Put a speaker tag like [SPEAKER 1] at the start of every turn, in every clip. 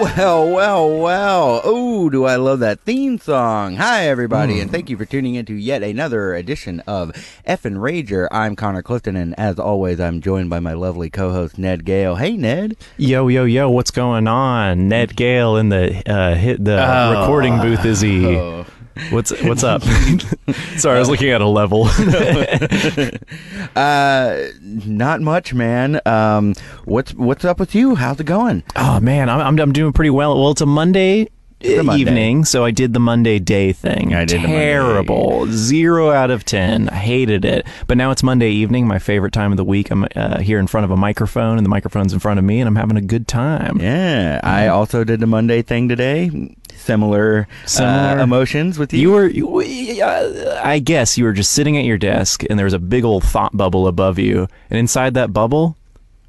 [SPEAKER 1] Well, well, well. Oh, do I love that theme song. Hi, everybody, and thank you for tuning in to yet another edition of Effin' Rager. I'm Connor Clifton, and as always, I'm joined by my lovely co host, Ned Gale. Hey, Ned.
[SPEAKER 2] Yo, yo, yo, what's going on? Ned Gale in the uh, hit the
[SPEAKER 1] Oh.
[SPEAKER 2] recording booth is he? What's what's up? Sorry, I was looking at a level.
[SPEAKER 1] Uh, not much, man. Um, what's what's up with you? How's it going?
[SPEAKER 2] oh man, I'm, I'm I'm doing pretty well. Well, it's a Monday.
[SPEAKER 1] a Monday.
[SPEAKER 2] Evening, so I did the Monday day thing.
[SPEAKER 1] I did the Monday.
[SPEAKER 2] terrible, zero out of ten. I hated it. But now it's Monday evening, my favorite time of the week. I'm uh, here in front of a microphone, and the microphone's in front of me, and I'm having a good time.
[SPEAKER 1] Yeah, I also did the Monday thing today. Similar,
[SPEAKER 2] Similar.
[SPEAKER 1] Uh, emotions with you.
[SPEAKER 2] You were, you, we- uh, I guess, you were just sitting at your desk, and there was a big old thought bubble above you, and inside that bubble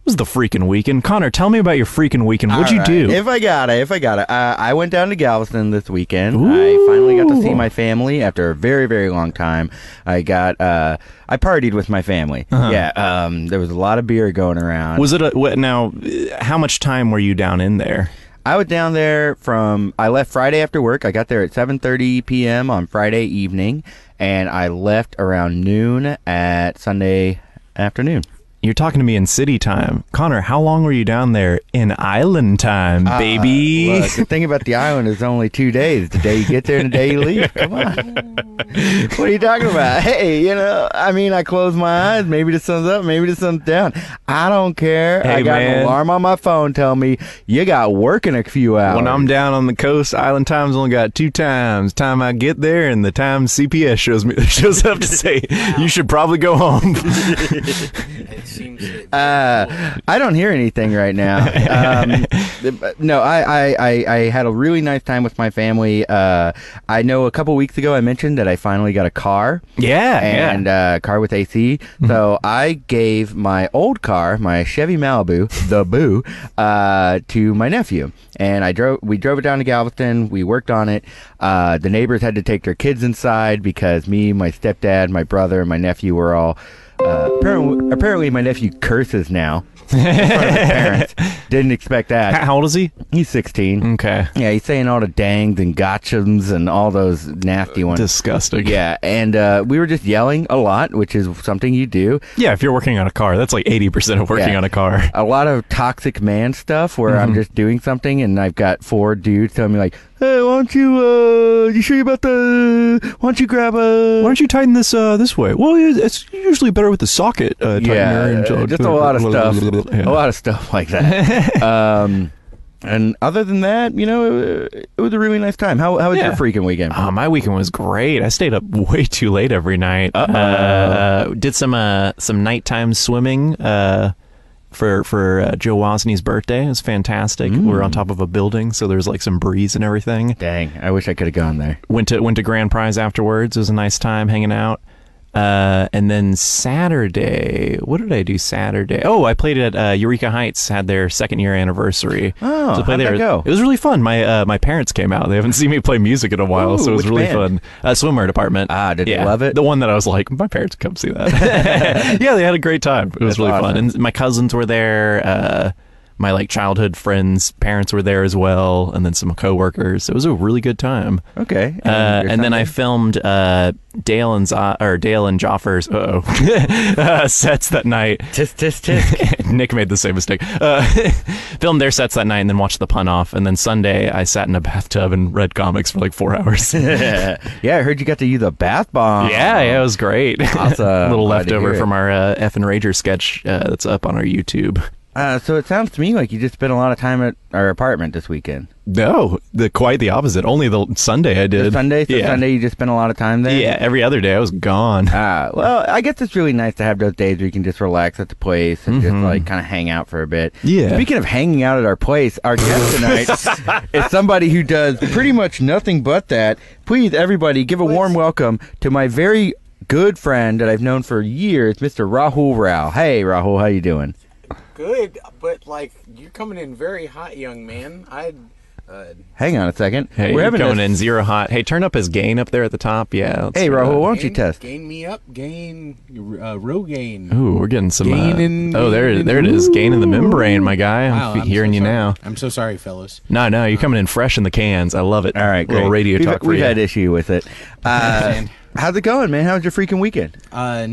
[SPEAKER 2] was the freaking weekend. Connor, tell me about your freaking weekend. What'd you
[SPEAKER 1] All right.
[SPEAKER 2] do?
[SPEAKER 1] If I got it, if I got it, uh, I went down to Galveston this weekend. I finally got to see my family after a very, very long time. I got, uh, I partied with my family. Yeah, um, there was a lot of beer going around.
[SPEAKER 2] Uh-huh. was it a what, now? uh, How much time were you down in there?
[SPEAKER 1] I was down there from I left Friday after work. I got there at 7:30 p.m. on Friday evening, and I left around noon at Sunday afternoon.
[SPEAKER 2] You're talking to me in city time, Connor. How long were you down there in island time,
[SPEAKER 1] Ah,
[SPEAKER 2] baby?
[SPEAKER 1] Look, the thing about the island is only two days: the day you get there and the day you leave. Come on, what are you talking about? Hey, you know, I mean, I close my eyes. Maybe the sun's up, maybe the sun's down. I don't care. I
[SPEAKER 2] Hey,
[SPEAKER 1] got an
[SPEAKER 2] man.
[SPEAKER 1] alarm on my phone telling me you got work in a few hours.
[SPEAKER 2] When I'm down on the coast, Island Time's only got two times: time I get there and the time CPS shows me shows up to say you should probably go home.
[SPEAKER 3] It seems that
[SPEAKER 1] Uh, I don't hear anything right now. Um, but no, I, I, I, I had a really nice time with my family. Uh, I know a couple weeks ago I mentioned that I finally got a car
[SPEAKER 2] yeah, yeah.
[SPEAKER 1] and uh, car with AC. So I gave my old car, my Chevy Malibu, the Boo, uh, to my nephew, and I drove. We drove it down to Galveston. We worked on it. Uh, the neighbors had to take their kids inside because me, my stepdad, my brother, and my nephew were all. Uh, apparently, apparently, my nephew curses now. In front of his parents didn't expect
[SPEAKER 2] How-
[SPEAKER 1] that.
[SPEAKER 2] How old is he?
[SPEAKER 1] He's 16.
[SPEAKER 2] Okay.
[SPEAKER 1] Yeah, he's saying all the dangs and gotchums and all those nasty ones.
[SPEAKER 2] Disgusting.
[SPEAKER 1] Yeah, and uh, we were just yelling a lot, which is something you do.
[SPEAKER 2] Yeah, if you're working on a car, that's like 80% of working
[SPEAKER 1] Yeah.
[SPEAKER 2] on a car.
[SPEAKER 1] A lot of toxic man stuff where I'm just doing something and I've got four dudes telling me like, "Hey, why don't you? Uh, you sure you about the? Why don't you grab a?
[SPEAKER 2] Why don't you tighten this uh, this way? Well, it- it's usually better with the socket uh, tightener.
[SPEAKER 1] yeah,
[SPEAKER 2] and,
[SPEAKER 1] uh, just a lot of stuff, a lot of stuff like that. um, and other than that, you know, it, it was a really nice time. How how was your
[SPEAKER 2] Yeah.
[SPEAKER 1] freaking weekend?
[SPEAKER 2] Uh, my weekend was great. I stayed up way too late every night. uh did some uh, some nighttime swimming uh, for for uh, Joe Wozniak's birthday. It was fantastic. We were on top of a building, so there's like some breeze and everything.
[SPEAKER 1] Dang, I wish I could have gone there.
[SPEAKER 2] went to went to Grand Prize afterwards. It was a nice time hanging out. Uh, and then Saturday, what did I do Saturday? Oh, I played at uh, Eureka Heights. Had their second year anniversary.
[SPEAKER 1] Oh,
[SPEAKER 2] I played
[SPEAKER 1] how'd that
[SPEAKER 2] there.
[SPEAKER 1] go?
[SPEAKER 2] It was really fun. My uh, my parents came out. They haven't seen me play music in a while,
[SPEAKER 1] Ooh,
[SPEAKER 2] so it was
[SPEAKER 1] which
[SPEAKER 2] really
[SPEAKER 1] band?
[SPEAKER 2] fun. Uh, swimwear department.
[SPEAKER 1] Ah, did they
[SPEAKER 2] yeah,
[SPEAKER 1] love it?
[SPEAKER 2] The one that I was like, my parents come see that. yeah, they had a great time. It was
[SPEAKER 1] That's
[SPEAKER 2] really
[SPEAKER 1] awesome.
[SPEAKER 2] fun. And my cousins were there. Uh, my like childhood friends' parents were there as well, and then some coworkers. It was a really good time.
[SPEAKER 1] Okay,
[SPEAKER 2] Uh,
[SPEAKER 1] your
[SPEAKER 2] and then
[SPEAKER 1] Sunday?
[SPEAKER 2] I filmed uh, Dale and Zo- or Dale and Joffers uh-oh, uh, sets that night.
[SPEAKER 1] tisk tisk tisk.
[SPEAKER 2] Nick made the same mistake. Uh, filmed their sets that night and then watched the pun off. And then Sunday I sat in a bathtub and read comics for like four hours. yeah,
[SPEAKER 1] yeah, I heard you got to use a bath bomb.
[SPEAKER 2] yeah, it was great.
[SPEAKER 1] Awesome.
[SPEAKER 2] a little
[SPEAKER 1] Glad to hear
[SPEAKER 2] leftover
[SPEAKER 1] it.
[SPEAKER 2] from our uh, F and Rager sketch uh, that's up on our YouTube.
[SPEAKER 1] Uh, so it sounds to me like you just spent a lot of time at our apartment this weekend.
[SPEAKER 2] No, the quite the opposite. Only the Sunday I
[SPEAKER 1] This
[SPEAKER 2] did.
[SPEAKER 1] Sunday, so
[SPEAKER 2] yeah.
[SPEAKER 1] Sunday you just spent a lot of time there.
[SPEAKER 2] Yeah, every other day I was gone.
[SPEAKER 1] Ah, well, I guess it's really nice to have those days where you can just relax at the place and just like kind of hang out for a bit.
[SPEAKER 2] Mm-hmm. Yeah.
[SPEAKER 1] Speaking of hanging out at our place, our guest tonight is somebody who does pretty much nothing but that. Please, everybody, give a warm welcome to my very good friend that I've known for years, Mr. Rahul Rao. Hey, Rahul, how you doing?
[SPEAKER 3] good, but like you're coming in very hot, young man. uh, I HUD.
[SPEAKER 1] Hang on a second.
[SPEAKER 2] Hey,
[SPEAKER 1] We're having
[SPEAKER 2] going
[SPEAKER 1] this-
[SPEAKER 2] in zero hot. Hey, turn up his gain up there at the top. Yeah. let's
[SPEAKER 1] Hey,
[SPEAKER 2] do that.
[SPEAKER 1] Rahul, why don't you
[SPEAKER 3] Gain-
[SPEAKER 1] test?
[SPEAKER 3] Gain me up. Gain. Uh, row gain.
[SPEAKER 2] Ooh, we're getting some. uh,
[SPEAKER 3] Gain in-
[SPEAKER 2] oh, there, there it is. Gain in the membrane, my guy. I'm
[SPEAKER 3] Wow,
[SPEAKER 2] fe-
[SPEAKER 3] I'm
[SPEAKER 2] hearing
[SPEAKER 3] so
[SPEAKER 2] you
[SPEAKER 3] sorry.
[SPEAKER 2] now.
[SPEAKER 3] I'm so sorry, fellas.
[SPEAKER 2] No, no, you're coming in fresh in the cans. I love it.
[SPEAKER 1] All right, great.
[SPEAKER 2] Little radio
[SPEAKER 1] we've,
[SPEAKER 2] talk for
[SPEAKER 1] We've
[SPEAKER 2] you.
[SPEAKER 1] had issue with it. Uh, how's it going, man? How's your freaking weekend?
[SPEAKER 3] Uh,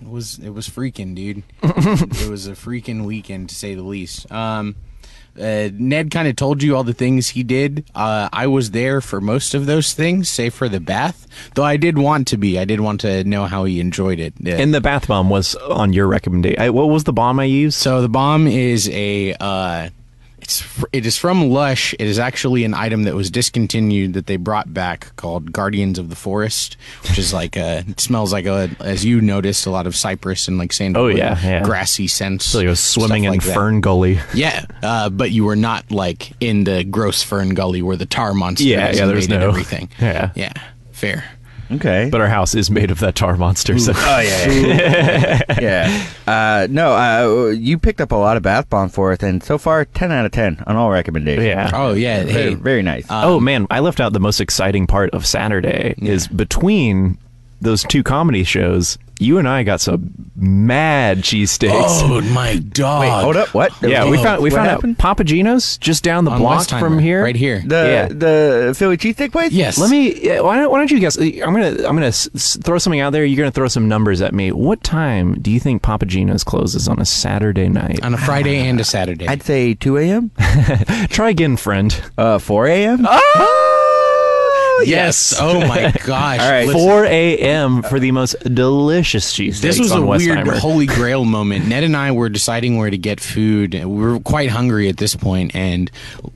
[SPEAKER 3] it was it was freaking, dude. it was a freaking weekend to say the least. Um, uh, Ned kind of told you all the things he did. Uh, I was there for most of those things, save for the bath. Though I did want to be. I did want to know how he enjoyed it. Uh, Yeah.
[SPEAKER 2] And the bath bomb was on your recommendation. I, what was the bomb I used?
[SPEAKER 3] So the bomb is a uh, it's fr- it is from Lush. It is actually an item that was discontinued that they brought back called Guardians of the Forest, which is like a it smells like a as you noticed a lot of cypress and like sandalwood,
[SPEAKER 2] Oh, yeah, yeah.
[SPEAKER 3] grassy scents.
[SPEAKER 2] So you was swimming
[SPEAKER 3] stuff
[SPEAKER 2] in
[SPEAKER 3] like that.
[SPEAKER 2] Fern Gully.
[SPEAKER 3] Yeah, uh, but you were not like in the gross fern gully where the tar monster
[SPEAKER 2] Yeah,
[SPEAKER 3] has
[SPEAKER 2] yeah, there's
[SPEAKER 3] invaded
[SPEAKER 2] no-
[SPEAKER 3] everything.
[SPEAKER 2] Yeah.
[SPEAKER 3] yeah, fair.
[SPEAKER 1] Okay.
[SPEAKER 2] But our house is made of that tar monster. So.
[SPEAKER 1] oh yeah, yeah. yeah. Uh, no, uh, you picked up a lot of bath bomb for us, and so far, ten out of ten on all recommendations.
[SPEAKER 2] Yeah.
[SPEAKER 3] Oh yeah,
[SPEAKER 1] Very,
[SPEAKER 3] hey,
[SPEAKER 1] very nice.
[SPEAKER 2] oh man, I left out the most exciting part of Saturday is between those two comedy shows. You and I got some mad cheesesteaks.
[SPEAKER 3] oh my dog!
[SPEAKER 1] Wait, hold up. What?
[SPEAKER 2] yeah, we
[SPEAKER 1] What
[SPEAKER 2] found we found
[SPEAKER 1] happened?
[SPEAKER 2] out Papa Gino's just down the
[SPEAKER 3] On
[SPEAKER 2] block
[SPEAKER 3] Westheimer,
[SPEAKER 2] from here,
[SPEAKER 3] right here.
[SPEAKER 1] The
[SPEAKER 2] yeah.
[SPEAKER 1] the Philly cheesesteak place.
[SPEAKER 3] Yes,
[SPEAKER 2] Let me. yeah, Why don't, why don't you guess? I'm gonna I'm gonna s- s- throw something out there. You're gonna throw some numbers at me. What time do you think Papa Gino's closes on a Saturday night?
[SPEAKER 3] on a Friday and a Saturday.
[SPEAKER 1] I'd say two a.m.
[SPEAKER 2] Try again, friend.
[SPEAKER 1] Uh, four
[SPEAKER 2] Oh,
[SPEAKER 1] a.m.
[SPEAKER 3] Yes. Oh my gosh.
[SPEAKER 1] All right.
[SPEAKER 3] Listen,
[SPEAKER 2] 4 a.m. for the most delicious cheesesteaks
[SPEAKER 3] this was
[SPEAKER 2] on
[SPEAKER 3] a weird
[SPEAKER 2] Westheimer.
[SPEAKER 3] holy grail moment. Ned and I were deciding where to get food. We were quite hungry at this point, and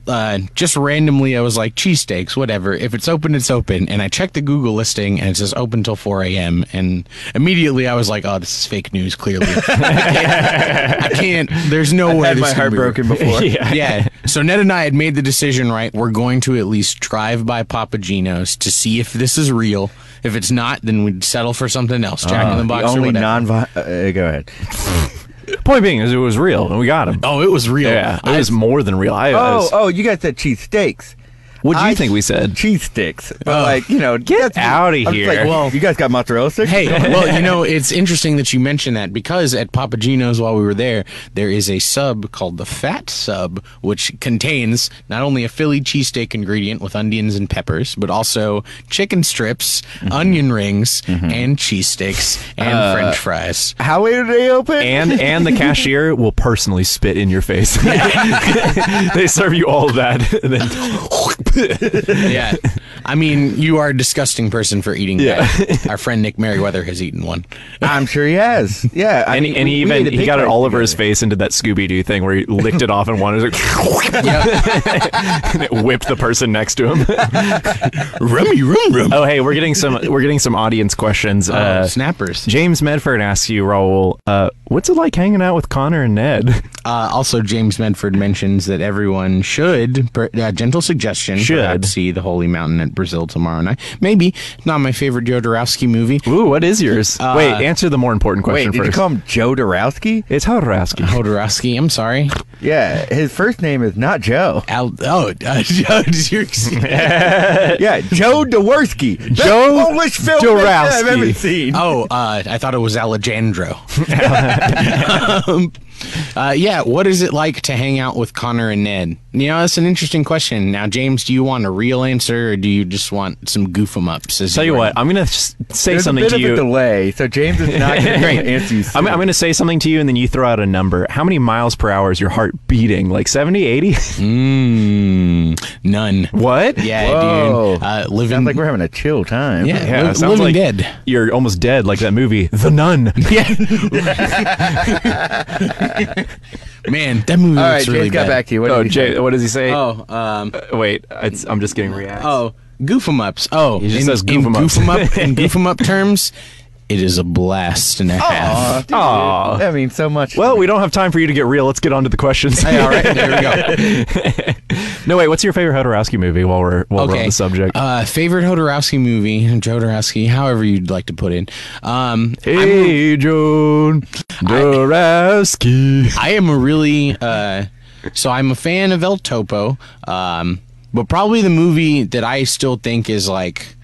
[SPEAKER 3] uh, just randomly, I was like, cheesesteaks, whatever. If it's open, it's open. And I checked the Google listing, and it says open till 4 a.m. And immediately, I was like, oh, this is fake news, clearly. I, can't, I can't. There's no way
[SPEAKER 1] Had
[SPEAKER 3] this
[SPEAKER 1] my
[SPEAKER 3] can
[SPEAKER 1] heart
[SPEAKER 3] be real.
[SPEAKER 1] broken before.
[SPEAKER 2] yeah.
[SPEAKER 3] yeah. So Ned and I had made the decision, right? We're going to at least drive by Papa Gino's to see if this is real. If it's not, then we'd settle for something else, Jack in the
[SPEAKER 1] Uh, The
[SPEAKER 3] Box or
[SPEAKER 1] only
[SPEAKER 3] whatever.
[SPEAKER 1] non. Uh, go ahead.
[SPEAKER 2] Point being is it was real and we got him.
[SPEAKER 3] oh, it was real.
[SPEAKER 2] yeah, it was more than real. I, I
[SPEAKER 1] Oh,
[SPEAKER 2] was,
[SPEAKER 1] oh, you guys said cheesesteaks.
[SPEAKER 2] what do you
[SPEAKER 1] I-
[SPEAKER 2] think we said? Oh.
[SPEAKER 1] Cheese sticks. But like, you know, get
[SPEAKER 2] outta here.
[SPEAKER 1] Like, well, you guys got mozzarella sticks?
[SPEAKER 3] Hey, well, you know, it's interesting that you mention that because at Papa Gino's while we were there, there is a sub called the Fat Sub, which contains not only a Philly cheesesteak ingredient with onions and peppers, but also chicken strips, onion rings, and cheesesteaks and french fries.
[SPEAKER 1] How late are they open?
[SPEAKER 2] And and the cashier will personally spit in your face. they serve you all of that. And then
[SPEAKER 3] yeah. I mean, you are a disgusting person for eating that. Our friend Nick Merriweather has eaten one.
[SPEAKER 1] I'm sure he has. Yeah. I
[SPEAKER 2] and,
[SPEAKER 1] mean,
[SPEAKER 2] and he
[SPEAKER 1] we- we ate
[SPEAKER 2] even
[SPEAKER 1] a
[SPEAKER 2] he
[SPEAKER 1] big
[SPEAKER 2] got it
[SPEAKER 1] place
[SPEAKER 2] all over his
[SPEAKER 1] together.
[SPEAKER 2] face and did that Scooby Doo thing where he licked it off and one was like and it whipped the person next to him.
[SPEAKER 3] Rummy rum rum.
[SPEAKER 2] oh hey, we're getting some we're getting some audience questions.
[SPEAKER 1] Oh,
[SPEAKER 2] Uh,
[SPEAKER 3] snappers.
[SPEAKER 2] James Medford asks you, Raul, uh, what's it like hanging out with Connor and Ned?
[SPEAKER 3] Uh, also, James Medford mentions that everyone should, per, uh, gentle suggestion,
[SPEAKER 2] Should.
[SPEAKER 3] perhaps see the Holy Mountain at Brazil tomorrow night. Maybe not my favorite Jodorowsky movie.
[SPEAKER 2] Ooh, what is yours? Uh, Wait, answer the more important
[SPEAKER 1] Wait,
[SPEAKER 2] question
[SPEAKER 1] did
[SPEAKER 2] first.
[SPEAKER 1] you call him Joe Dorowski?
[SPEAKER 2] it's Hodorowski.
[SPEAKER 3] Jodorowsky, I'm sorry.
[SPEAKER 1] Yeah. His first name is not Joe.
[SPEAKER 3] Al- oh, uh, Joe, you're-
[SPEAKER 1] Yeah, Joe Doworski. Best
[SPEAKER 2] Joe
[SPEAKER 1] Polish filmmaker I've
[SPEAKER 2] Dorowski.
[SPEAKER 1] ever seen.
[SPEAKER 3] oh, uh, I thought it was Alejandro. um, uh, yeah, what is it like to hang out with Connor and Ned? You know, that's an interesting question. Now, James, do you want a real answer or do you just want some goof 'em ups? as
[SPEAKER 2] Tell you
[SPEAKER 3] were-
[SPEAKER 2] what, I'm gonna s- say
[SPEAKER 1] There's
[SPEAKER 2] something
[SPEAKER 1] a bit
[SPEAKER 2] to
[SPEAKER 1] of
[SPEAKER 2] you.
[SPEAKER 1] a delay, so James is not going to answer you.
[SPEAKER 2] I'm,
[SPEAKER 1] soon.
[SPEAKER 2] I'm going to say something to you, and then you throw out a number. How many miles per hour is your heart beating? Like 70, 80?
[SPEAKER 3] Mm, none.
[SPEAKER 2] what?
[SPEAKER 3] Yeah,
[SPEAKER 1] Whoa.
[SPEAKER 3] dude. Uh, living
[SPEAKER 1] Sounds like we're having a chill time.
[SPEAKER 3] yeah,
[SPEAKER 2] Yeah,
[SPEAKER 3] li-
[SPEAKER 2] sounds
[SPEAKER 3] living
[SPEAKER 2] like
[SPEAKER 3] dead.
[SPEAKER 2] You're almost dead, like that movie, The Nun.
[SPEAKER 3] Yeah. Man, that movie
[SPEAKER 1] All right,
[SPEAKER 3] looks really
[SPEAKER 1] James got
[SPEAKER 3] bad.
[SPEAKER 1] back to you. What
[SPEAKER 2] oh,
[SPEAKER 1] did he say?
[SPEAKER 2] Jay, what does he say? Uh,
[SPEAKER 3] Oh, um,
[SPEAKER 2] Wait, it's, I'm just getting react.
[SPEAKER 3] oh, goof 'em ups. Oh,
[SPEAKER 2] He just
[SPEAKER 3] in,
[SPEAKER 2] says goof
[SPEAKER 3] in
[SPEAKER 2] 'em ups.
[SPEAKER 3] goof 'em up in goof 'em up terms, it is a blast
[SPEAKER 2] Oh.
[SPEAKER 3] and a half.
[SPEAKER 2] Aw.
[SPEAKER 1] That means so much.
[SPEAKER 2] Well, we don't have time for you to get real. Let's get on to the questions.
[SPEAKER 3] All right, there we go.
[SPEAKER 2] no, wait, what's your favorite Hodorowski movie while we're, while we're on the subject?
[SPEAKER 3] Uh, favorite Hodorowski movie, Jodorowsky, however you'd like to put it. Um, I'm-
[SPEAKER 2] hey, Joan Dorowski.
[SPEAKER 3] I am a really uh, so I'm a fan of El Topo. Um, But probably the movie that I still think is like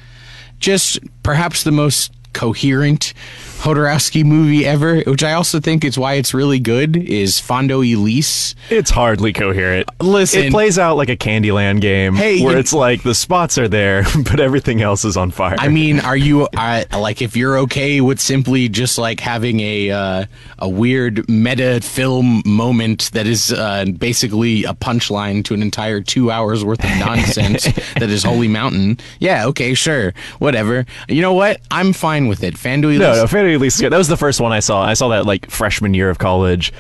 [SPEAKER 3] just perhaps the most coherent Hodorowski movie ever, which I also think is why it's really good, is Fondo Elise.
[SPEAKER 2] It's hardly coherent.
[SPEAKER 3] Listen.
[SPEAKER 2] it plays out like a Candyland game
[SPEAKER 3] Hey,
[SPEAKER 2] where
[SPEAKER 3] you-
[SPEAKER 2] it's like the spots are there, but everything else is on fire.
[SPEAKER 3] I mean, are you I, like if you're okay with simply just like having a uh, a weird meta film moment that is uh, basically a punchline to an entire two hours worth of nonsense that is Holy Mountain? Yeah, okay, sure, whatever. You know what? I'm fine with it. Fanduel.
[SPEAKER 2] No, no, Fantasy League's good. That was the first one I saw. I saw that like freshman year of college,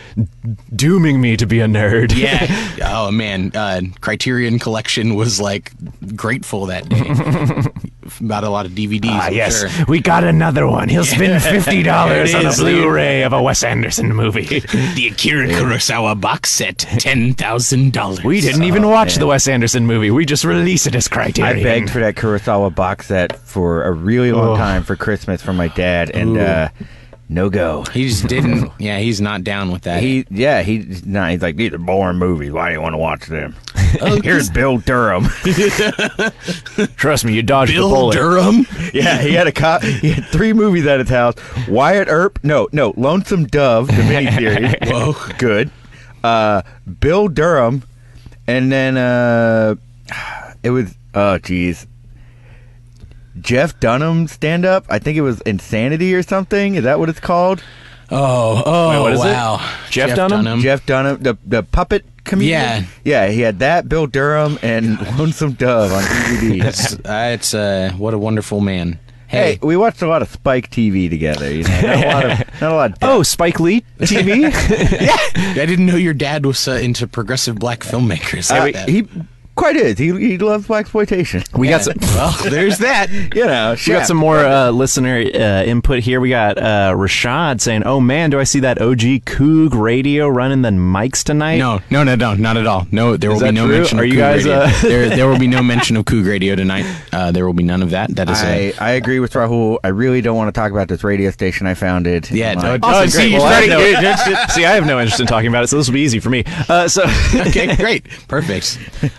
[SPEAKER 2] dooming me to be a nerd.
[SPEAKER 3] Yeah. Oh man, uh, Criterion Collection was like grateful that day. Bought a lot of DVDs.
[SPEAKER 2] Ah,
[SPEAKER 3] I'm
[SPEAKER 2] yes,
[SPEAKER 3] sure.
[SPEAKER 2] we got another one. He'll spend fifty dollars
[SPEAKER 3] There it
[SPEAKER 2] on a
[SPEAKER 3] is,
[SPEAKER 2] Blu-ray of a Wes Anderson movie.
[SPEAKER 3] The Akira Kurosawa box set, ten thousand dollars.
[SPEAKER 2] We didn't even watch the Wes Anderson movie. We just released it as Criterion.
[SPEAKER 1] I begged for that Kurosawa box set for a really long time for Christmas from my dad, and uh, no go.
[SPEAKER 3] He just didn't. yeah, he's not down with that.
[SPEAKER 1] He, yeah, he's not. He's like these are boring movies. Why do you want to watch them? Here's Bill Durham.
[SPEAKER 2] Trust me, you dodged the
[SPEAKER 3] Bill
[SPEAKER 2] bullet.
[SPEAKER 3] Durham.
[SPEAKER 1] Yeah, he had a cop. He had three movies at his house: Wyatt Earp, no, no, Lonesome Dove, the miniseries. Whoa, good. Uh, Bill Durham, and then uh, it was oh geez, Jeff Dunham stand up. I think it was Insanity or something. Is that what it's called?
[SPEAKER 3] Oh, oh,
[SPEAKER 2] Wait, what is it?
[SPEAKER 3] wow.
[SPEAKER 2] Jeff Dunham?
[SPEAKER 1] Jeff Dunham, the the puppet comedian. Um, Yeah, yeah, he had that. Bill Durham and Lonesome Dove on DVD.
[SPEAKER 3] It's, uh, it's uh, what a wonderful man. Hey,
[SPEAKER 1] Hey, we watched a lot of Spike TV together. You know, not a lot of, not a lot of
[SPEAKER 2] Oh, Spike Lee TV.
[SPEAKER 3] I didn't know your dad was uh, into progressive black filmmakers.
[SPEAKER 1] Uh,
[SPEAKER 3] like that.
[SPEAKER 1] he quite is. He he loves black exploitation.
[SPEAKER 2] we got some.
[SPEAKER 3] well, there's that.
[SPEAKER 1] You know,
[SPEAKER 2] We
[SPEAKER 1] yeah.
[SPEAKER 2] got some more uh, listener uh, input here. We got uh, Rashad saying, "Oh man, do I see that OG Coog radio running the mics tonight?"
[SPEAKER 3] No, no, no, no, not at all. No, there will
[SPEAKER 2] that
[SPEAKER 3] be no
[SPEAKER 2] true?
[SPEAKER 3] mention.
[SPEAKER 2] Are
[SPEAKER 3] of
[SPEAKER 2] you guys,
[SPEAKER 3] Coug Radio.
[SPEAKER 2] uh,
[SPEAKER 3] there, there will be no mention of Coog Radio tonight. Uh, there will be none of that. That is a
[SPEAKER 1] I, I agree with Rahul. I really don't want to talk about this radio station I founded.
[SPEAKER 3] Yeah,
[SPEAKER 1] I'm
[SPEAKER 3] no,
[SPEAKER 1] like,
[SPEAKER 3] don't-
[SPEAKER 2] Awesome,
[SPEAKER 3] Oh, see,
[SPEAKER 2] great.
[SPEAKER 3] you're
[SPEAKER 2] Well, I have
[SPEAKER 3] starting-
[SPEAKER 2] no interest- see, I have no interest in talking about it, so this will be easy for me. Uh, so,
[SPEAKER 3] okay, great, perfect.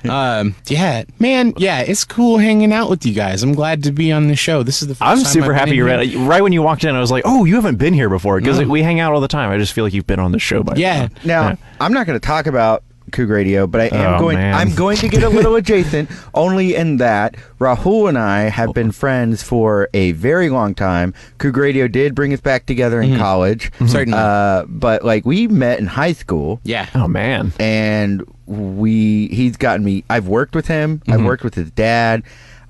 [SPEAKER 3] Um, yeah, man, yeah, it's cool hanging out with you guys. I'm glad to be on the show. This is the first
[SPEAKER 2] I'm
[SPEAKER 3] time
[SPEAKER 2] super
[SPEAKER 3] I've
[SPEAKER 2] happy
[SPEAKER 3] been
[SPEAKER 2] you
[SPEAKER 3] in
[SPEAKER 2] read. Right when you walked in, I was like, "Oh, you haven't been here before," because we hang out all the time. I just feel like you've been on the show by
[SPEAKER 3] Yeah.
[SPEAKER 2] now.
[SPEAKER 1] Now I'm not going to talk about Coog Radio, but I am
[SPEAKER 2] Oh,
[SPEAKER 1] going.
[SPEAKER 2] man.
[SPEAKER 1] I'm going to get a little adjacent, only in that Rahul and I have
[SPEAKER 3] Oh.
[SPEAKER 1] been friends for a very long time. Coog Radio did bring us back together in college,
[SPEAKER 3] Mm-hmm. Certainly.
[SPEAKER 1] Uh, but like we met in high school.
[SPEAKER 3] Yeah.
[SPEAKER 2] Oh man.
[SPEAKER 1] and we he's gotten me i've worked with him
[SPEAKER 3] Mm-hmm.
[SPEAKER 1] i've worked with his dad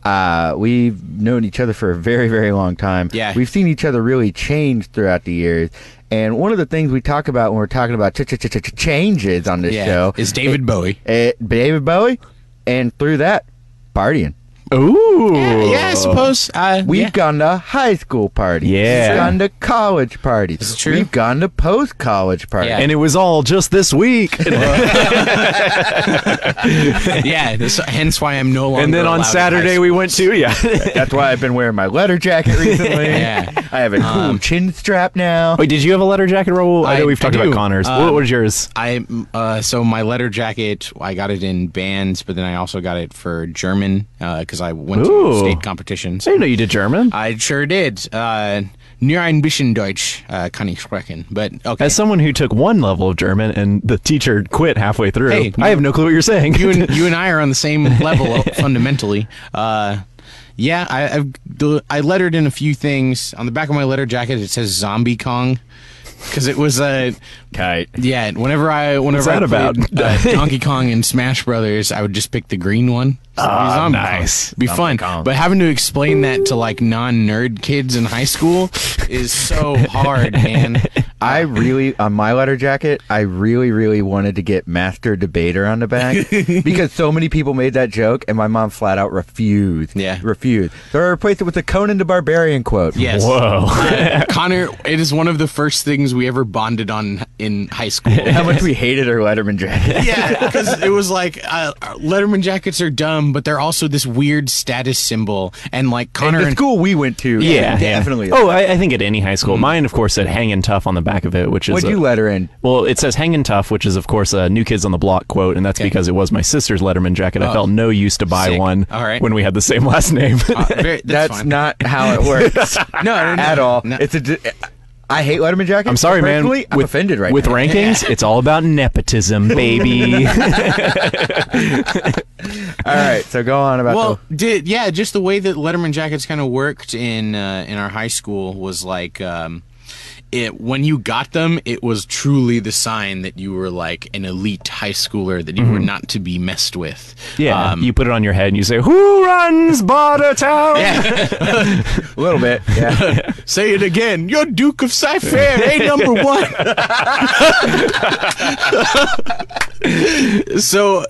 [SPEAKER 1] uh, we've known each other for a very very long time
[SPEAKER 3] Yeah.
[SPEAKER 1] we've seen each other really change throughout the years and one of the things we talk about when we're talking about ch- ch- ch- ch- changes on this
[SPEAKER 3] yeah.
[SPEAKER 1] show
[SPEAKER 3] It's David Bowie.
[SPEAKER 1] eh, david bowie and through that partying
[SPEAKER 2] Ooh.
[SPEAKER 3] Yeah, I suppose. Uh,
[SPEAKER 1] We've
[SPEAKER 3] yeah.
[SPEAKER 1] gone to high school parties.
[SPEAKER 2] Yeah.
[SPEAKER 1] We've gone to college parties. This
[SPEAKER 3] is true.
[SPEAKER 1] We've gone to post college parties.
[SPEAKER 3] Yeah.
[SPEAKER 2] And it was all just this week.
[SPEAKER 3] yeah, this, hence why I'm no longer.
[SPEAKER 2] and then
[SPEAKER 3] allowed
[SPEAKER 2] on
[SPEAKER 3] in high
[SPEAKER 2] Saturday
[SPEAKER 3] school.
[SPEAKER 2] we went to yeah.
[SPEAKER 1] That's why I've been wearing my leather jacket recently.
[SPEAKER 3] Yeah.
[SPEAKER 1] I have a cool chin strap now.
[SPEAKER 2] Wait, did you have a letter jacket, Raul? I,
[SPEAKER 3] I-
[SPEAKER 2] know we've
[SPEAKER 3] I
[SPEAKER 2] talked
[SPEAKER 3] do.
[SPEAKER 2] about Connors.
[SPEAKER 3] Um,
[SPEAKER 2] what was yours?
[SPEAKER 3] I uh, so my letter jacket I got it in bands, but then I also got it for German because I went
[SPEAKER 2] Ooh.
[SPEAKER 3] to state competitions.
[SPEAKER 2] I didn't know you did German.
[SPEAKER 3] I sure did. Uh, nur ein bisschen Deutsch uh, kann ich sprechen, but okay.
[SPEAKER 2] As someone who took one level of German and the teacher quit halfway through,
[SPEAKER 3] Hey,
[SPEAKER 2] I have no clue what you're saying.
[SPEAKER 3] you and you and I are on the same level fundamentally. Uh, yeah, I, I've del- I lettered in a few things on the back of my letter jacket. It says Zombie Kong because it was a
[SPEAKER 1] Kite.
[SPEAKER 3] yeah. Whenever I whenever
[SPEAKER 2] that
[SPEAKER 3] I played,
[SPEAKER 2] about?
[SPEAKER 3] uh, Donkey Kong and Smash Brothers, I would just pick the green one. So it'd be
[SPEAKER 2] Ah,
[SPEAKER 3] Zombie
[SPEAKER 2] nice.
[SPEAKER 3] Kong. be fun.
[SPEAKER 1] Kong.
[SPEAKER 3] But having to explain that to like non-nerd kids in high school is so hard, man.
[SPEAKER 1] I really, on my letter jacket, I really, really wanted to get Master Debater on the back because so many people made that joke, and my mom flat out refused.
[SPEAKER 3] Yeah.
[SPEAKER 1] Refused. So I replaced it with a Conan the Barbarian quote.
[SPEAKER 3] Yes.
[SPEAKER 2] Whoa.
[SPEAKER 3] Uh, Connor, it is one of the first things we ever bonded on in high school.
[SPEAKER 1] How much we hated her Letterman jacket.
[SPEAKER 3] yeah, because it was like uh, Letterman jackets are dumb, but they're also this weird status symbol. And like Connor
[SPEAKER 1] The
[SPEAKER 3] and
[SPEAKER 1] school we went to.
[SPEAKER 2] Yeah, Oh, yeah.
[SPEAKER 1] Definitely.
[SPEAKER 2] Oh, I, I think at any high school. Mine, of course, said "hanging tough" on the back of it, which is
[SPEAKER 1] What'd
[SPEAKER 2] a-
[SPEAKER 1] you let her in?
[SPEAKER 2] well, it says "hangin' tough," which is of course a New Kids on the Block quote, and that's because it was my sister's Letterman jacket. I felt no use to buy
[SPEAKER 3] Oh. Sick.
[SPEAKER 2] one
[SPEAKER 3] All right.
[SPEAKER 2] when we had the same last name.
[SPEAKER 3] Uh, very- that's
[SPEAKER 1] That's,
[SPEAKER 3] fine.
[SPEAKER 1] not how it works. no, at all. It's a. di- I hate Letterman jackets.
[SPEAKER 2] I'm sorry, man.
[SPEAKER 1] personally. I'm offended right
[SPEAKER 2] with
[SPEAKER 1] now.
[SPEAKER 2] rankings, it's all about nepotism, baby.
[SPEAKER 1] all right, so go on about.
[SPEAKER 3] Well, did yeah, just the way that Letterman jackets kind of worked in uh, in our high school was like um, it when you got them, it was truly the sign that you were like an elite high schooler that you were not to be messed with.
[SPEAKER 2] yeah,
[SPEAKER 3] Um,
[SPEAKER 2] you put it on your head and you say, "Who runs Barter Town?"
[SPEAKER 1] the, a little bit. Yeah.
[SPEAKER 3] Say it again. You're Duke of Cypher, A number one. so,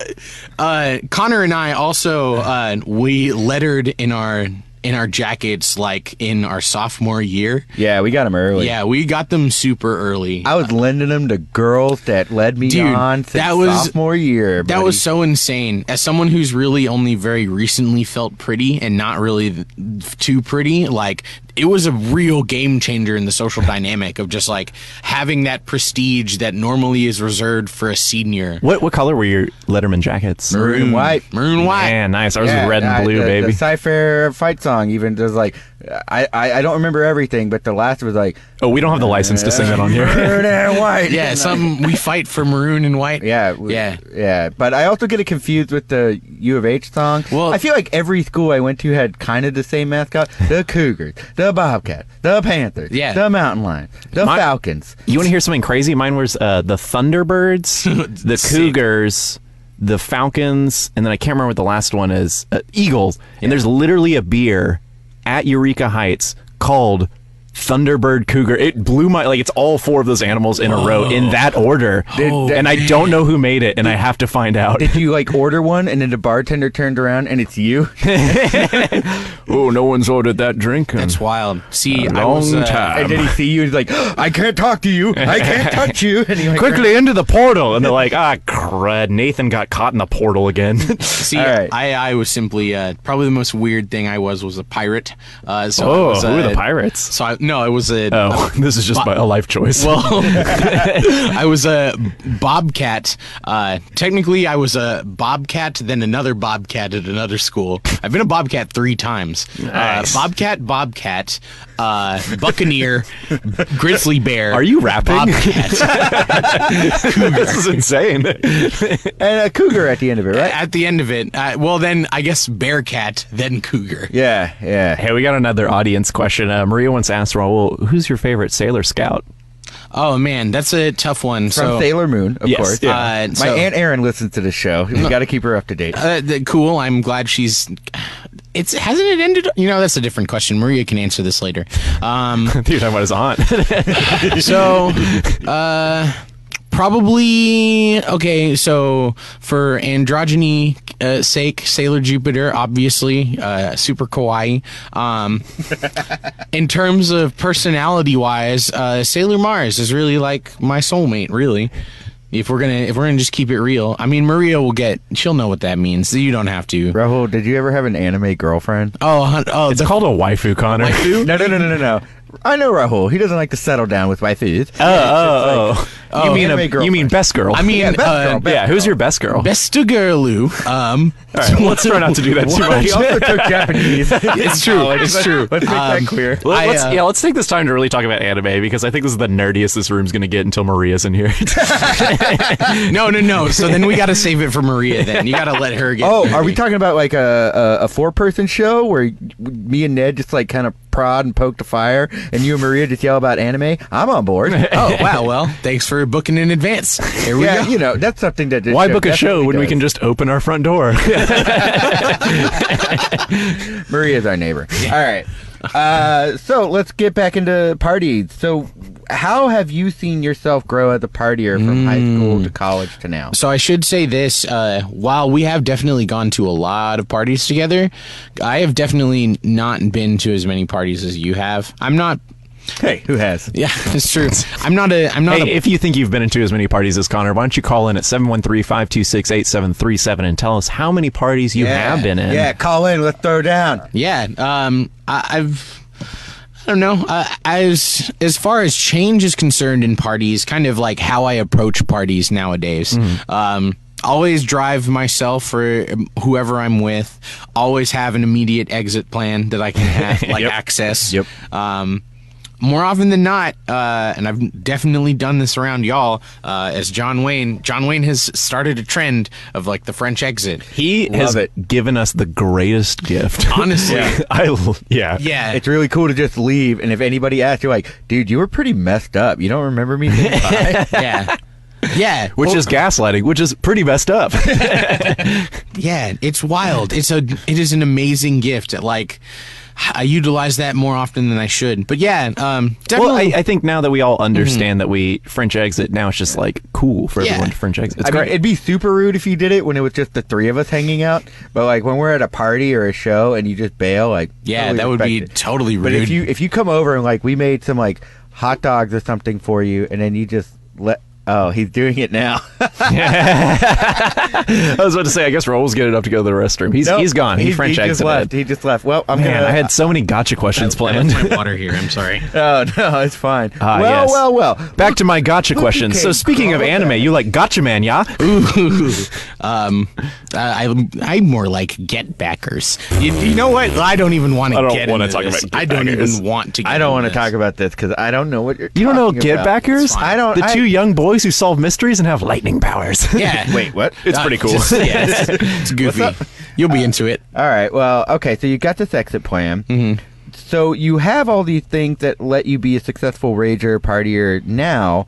[SPEAKER 3] uh, Connor and I also uh, we lettered in our in our jackets like in our sophomore year.
[SPEAKER 1] yeah, we got him early.
[SPEAKER 3] Yeah, we got them super early.
[SPEAKER 1] I was lending them to girls that led me
[SPEAKER 3] Dude,
[SPEAKER 1] on since
[SPEAKER 3] that was-
[SPEAKER 1] sophomore year.
[SPEAKER 3] that
[SPEAKER 1] buddy.
[SPEAKER 3] was so insane. As someone who's really only very recently felt pretty and not really th- too pretty, like it was a real game changer in the social dynamic of just like having that prestige that normally is reserved for a senior.
[SPEAKER 2] What what color were your Letterman jackets?
[SPEAKER 1] maroon and white.
[SPEAKER 3] Maroon and white.
[SPEAKER 2] Man, nice. Ours
[SPEAKER 1] Yeah,
[SPEAKER 2] was red
[SPEAKER 1] I-
[SPEAKER 2] and blue,
[SPEAKER 1] the,
[SPEAKER 2] baby.
[SPEAKER 1] The Cypher fight song, even there's like, I, I I don't remember everything, but the last was like,
[SPEAKER 2] oh, we don't have the license to sing that on here.
[SPEAKER 1] maroon and white.
[SPEAKER 3] Yeah, something we fight for maroon and white.
[SPEAKER 1] Yeah, w-
[SPEAKER 3] Yeah.
[SPEAKER 1] yeah. But I also get it confused with the U of H song.
[SPEAKER 3] Well-
[SPEAKER 1] I feel like every school I went to had kind of the same mascot: the Cougars, the Bobcat, the Panthers,
[SPEAKER 3] Yeah.
[SPEAKER 1] the Mountain Lions, the
[SPEAKER 2] My-
[SPEAKER 1] Falcons.
[SPEAKER 2] You want to hear something crazy? Mine was uh, the Thunderbirds, the Cougars, the Falcons, and then I can't remember what the last one is. Uh, Eagles. And there's literally a beer at Eureka Heights called Thunderbird Cougar. It blew my like. It's all four of those animals in a row in that order,
[SPEAKER 1] Did-
[SPEAKER 2] and I don't know who made it, and I have to find out.
[SPEAKER 1] Did you like order one, and then the bartender turned around and it's you?
[SPEAKER 2] oh, no one's ordered that drink. and-
[SPEAKER 3] It's wild. See, I
[SPEAKER 2] long
[SPEAKER 3] was, uh,
[SPEAKER 2] time.
[SPEAKER 1] and then he see you and he's like, "Oh, I can't talk to you. I can't touch you. And he like,
[SPEAKER 2] Quickly into the portal, and they're like, "Ah, crud! Nathan got caught in the portal again."
[SPEAKER 3] See,
[SPEAKER 1] All right.
[SPEAKER 3] I, I was simply uh, probably the most weird thing I was was a pirate. Uh, so I
[SPEAKER 2] Oh,
[SPEAKER 3] was,
[SPEAKER 2] who are the
[SPEAKER 3] uh,
[SPEAKER 2] pirates?
[SPEAKER 3] So I, no, I was a
[SPEAKER 2] Oh, this is just my, a life choice.
[SPEAKER 3] Well, I was a bobcat. Uh, technically, I was a bobcat, then another bobcat at another school. I've been a bobcat three times.
[SPEAKER 2] Nice.
[SPEAKER 3] Uh, bobcat, bobcat, uh, buccaneer, grizzly bear.
[SPEAKER 2] Are you rapping?
[SPEAKER 3] Bobcat.
[SPEAKER 2] this is insane.
[SPEAKER 1] and a cougar at the end of it, right?
[SPEAKER 3] At the end of it, uh, well, then I guess bearcat, then cougar.
[SPEAKER 1] Yeah, yeah.
[SPEAKER 2] hey, we got another audience question. Uh, Maria once asked Raul, "Who's your favorite Sailor Scout?"
[SPEAKER 3] Oh man, that's a tough one.
[SPEAKER 1] From
[SPEAKER 3] so.
[SPEAKER 1] Sailor Moon, of
[SPEAKER 2] Yes,
[SPEAKER 1] course.
[SPEAKER 2] yeah.
[SPEAKER 3] Uh,
[SPEAKER 1] My
[SPEAKER 3] so-
[SPEAKER 1] aunt Erin listens to the show. We got to keep her up to date.
[SPEAKER 3] Uh, th- cool. I'm glad she's. It's hasn't it ended? You know, that's a different question. Maria can answer this later. Um,
[SPEAKER 2] You're talking about his aunt.
[SPEAKER 3] so, uh, probably okay. So for androgyny uh, sake, Sailor Jupiter, obviously, uh, super kawaii. Um, in terms of personality wise, uh, Sailor Mars is really like my soulmate, really. If we're gonna if we're gonna just keep it real, I mean Maria will get she'll know what that means. You don't have to.
[SPEAKER 1] Rahul, did you ever have an anime girlfriend?
[SPEAKER 3] Oh, hun- oh,
[SPEAKER 2] it's called a waifu, Connor.
[SPEAKER 1] no, no, no, no, no, no. I know Rahul. He doesn't like to settle down with my food.
[SPEAKER 2] Oh, oh, oh.
[SPEAKER 1] Oh,
[SPEAKER 2] you mean
[SPEAKER 1] anime
[SPEAKER 2] a, you mean
[SPEAKER 1] girlfriend.
[SPEAKER 2] best girl?
[SPEAKER 3] I mean,
[SPEAKER 1] Yeah, best
[SPEAKER 3] uh,
[SPEAKER 1] girl, best
[SPEAKER 2] yeah. Who's your best girl?
[SPEAKER 3] best girlu. Um,
[SPEAKER 2] All right, let's try not to do that too
[SPEAKER 1] He
[SPEAKER 2] much.
[SPEAKER 1] also took Japanese.
[SPEAKER 3] it's true. It's true.
[SPEAKER 1] Let's make that
[SPEAKER 3] Um,
[SPEAKER 1] clear.
[SPEAKER 2] Let-
[SPEAKER 3] I,
[SPEAKER 2] let's,
[SPEAKER 3] uh,
[SPEAKER 2] yeah, let's take this time to really talk about anime because I think this is the nerdiest this room's going to get until Maria's in here.
[SPEAKER 3] No, no, no. So then we got to save it for Maria. Then you got to let her get.
[SPEAKER 1] Oh, are we talking about like a, a, a four person show where me and Ned just like kind of prod and poke the fire and you and Maria just yell about anime? I'm on board.
[SPEAKER 3] Oh wow. Well, thanks for booking in advance. Here we
[SPEAKER 1] yeah,
[SPEAKER 3] go.
[SPEAKER 1] you know, that's something that. this
[SPEAKER 2] Why book a show
[SPEAKER 1] definitely
[SPEAKER 2] when we
[SPEAKER 1] does.
[SPEAKER 2] can just open our front door?
[SPEAKER 1] Maria's our neighbor. All right. Uh, so let's get back into parties. So, how have you seen yourself grow as a partier from high
[SPEAKER 2] Mm.
[SPEAKER 1] school to college to now?
[SPEAKER 3] So I should say this: uh, while we have definitely gone to a lot of parties together, I have definitely not been to as many parties as you have. I'm not.
[SPEAKER 1] Hey, who has?
[SPEAKER 3] Yeah, it's true. I'm not a. I'm not
[SPEAKER 2] Hey,
[SPEAKER 3] a.
[SPEAKER 2] if you think you've been into as many parties as Connor, why don't you call in at 713-526-8737 and tell us how many parties you have been in.
[SPEAKER 1] Yeah, call in. Let's throw down.
[SPEAKER 3] Yeah. Um. I, I've. I don't know. Uh, as as far as change is concerned in parties, kind of like how I approach parties nowadays.
[SPEAKER 1] Mm-hmm.
[SPEAKER 3] Um, always drive myself or um, whoever I'm with. Always have an immediate exit plan that I can have like access.
[SPEAKER 1] Yep.
[SPEAKER 3] Um, more often than not, uh, and I've definitely done this around y'all, uh, as John Wayne. John Wayne has started a trend of like the French exit.
[SPEAKER 2] He
[SPEAKER 1] Love
[SPEAKER 2] has
[SPEAKER 1] it.
[SPEAKER 2] given us the greatest gift.
[SPEAKER 3] Honestly.
[SPEAKER 2] I l- yeah.
[SPEAKER 3] Yeah,
[SPEAKER 1] It's really cool to just leave, and if anybody asks, you're like, "Dude, you were pretty messed up. You don't remember me?" saying bye?"
[SPEAKER 3] yeah, yeah.
[SPEAKER 2] Which is gaslighting, which is pretty messed up.
[SPEAKER 3] Yeah, it's wild. It's a it is an amazing gift. Like I utilize that more often than I should. But yeah,
[SPEAKER 2] well, I,
[SPEAKER 3] um definitely
[SPEAKER 2] I think now that we all understand that we French exit, now it's just like cool for
[SPEAKER 3] Yeah.
[SPEAKER 2] everyone to French exit. It's
[SPEAKER 1] I mean,
[SPEAKER 2] great.
[SPEAKER 1] it'd be super rude if you did it when it was just the three of us hanging out. But like when we're at a party or a show and you just bail, like
[SPEAKER 3] Yeah,
[SPEAKER 1] totally
[SPEAKER 3] that would be
[SPEAKER 1] respect it.
[SPEAKER 3] totally rude.
[SPEAKER 1] But if you if you come over and like we made some like hot dogs or something for you, and then you just let oh he's doing it now.
[SPEAKER 2] I was about to say, I guess Raul's getting up to go to the restroom. He's
[SPEAKER 1] No,
[SPEAKER 2] he's gone. He, French
[SPEAKER 1] he just
[SPEAKER 2] exited.
[SPEAKER 1] left. He just left. Well, I'm
[SPEAKER 2] Man,
[SPEAKER 1] gonna.
[SPEAKER 2] I had so many gotcha questions planned.
[SPEAKER 3] my water here, I'm sorry.
[SPEAKER 1] Oh no, it's fine.
[SPEAKER 2] Ah,
[SPEAKER 1] well,
[SPEAKER 2] yes.
[SPEAKER 1] well, well.
[SPEAKER 2] Back to my gotcha questions. So
[SPEAKER 1] came
[SPEAKER 2] speaking of
[SPEAKER 1] crawling
[SPEAKER 2] anime, you like gotcha man, yeah?
[SPEAKER 3] Ooh. Um I I I'm more like get backers. You, you know what? I don't even want
[SPEAKER 2] I
[SPEAKER 3] to
[SPEAKER 2] don't
[SPEAKER 3] get
[SPEAKER 2] wanna
[SPEAKER 3] into
[SPEAKER 2] talk
[SPEAKER 3] this.
[SPEAKER 2] about get
[SPEAKER 3] I don't
[SPEAKER 2] backers.
[SPEAKER 3] even want to get
[SPEAKER 1] I don't want
[SPEAKER 3] into
[SPEAKER 1] to talk
[SPEAKER 3] this.
[SPEAKER 1] about this because I don't know what you're.
[SPEAKER 2] You don't know
[SPEAKER 1] talking
[SPEAKER 2] get
[SPEAKER 1] about.
[SPEAKER 2] backers?
[SPEAKER 1] I don't.
[SPEAKER 2] The
[SPEAKER 1] I,
[SPEAKER 2] two young boys who solve mysteries and have lightning powers.
[SPEAKER 3] Yeah.
[SPEAKER 1] Wait, what?
[SPEAKER 2] it's
[SPEAKER 3] Uh,
[SPEAKER 2] pretty cool.
[SPEAKER 3] just- yeah, it's, it's goofy. You'll be into it.
[SPEAKER 1] All right. Well, okay. So you got this exit plan. Mm-hmm. So you have all these things that let you be a successful rager partier now.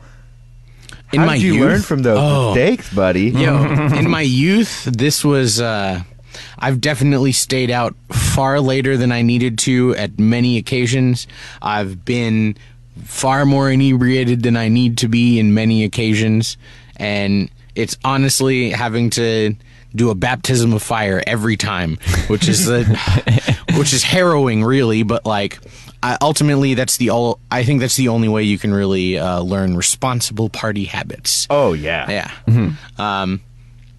[SPEAKER 3] In
[SPEAKER 1] How
[SPEAKER 3] my
[SPEAKER 1] did you
[SPEAKER 3] youth?
[SPEAKER 1] learn from those
[SPEAKER 3] Oh.
[SPEAKER 1] mistakes, buddy?
[SPEAKER 3] Yo, in my youth, this was. Uh, I've definitely stayed out far later than I needed to at many occasions. I've been far more inebriated than I need to be in many occasions. And it's honestly having to do a baptism of fire every time, which is the, which is harrowing, really. But like, I, ultimately, that's the all. I think that's the only way you can really uh, learn responsible party habits.
[SPEAKER 1] Oh yeah.
[SPEAKER 3] Yeah.
[SPEAKER 2] Mm-hmm.
[SPEAKER 3] Um,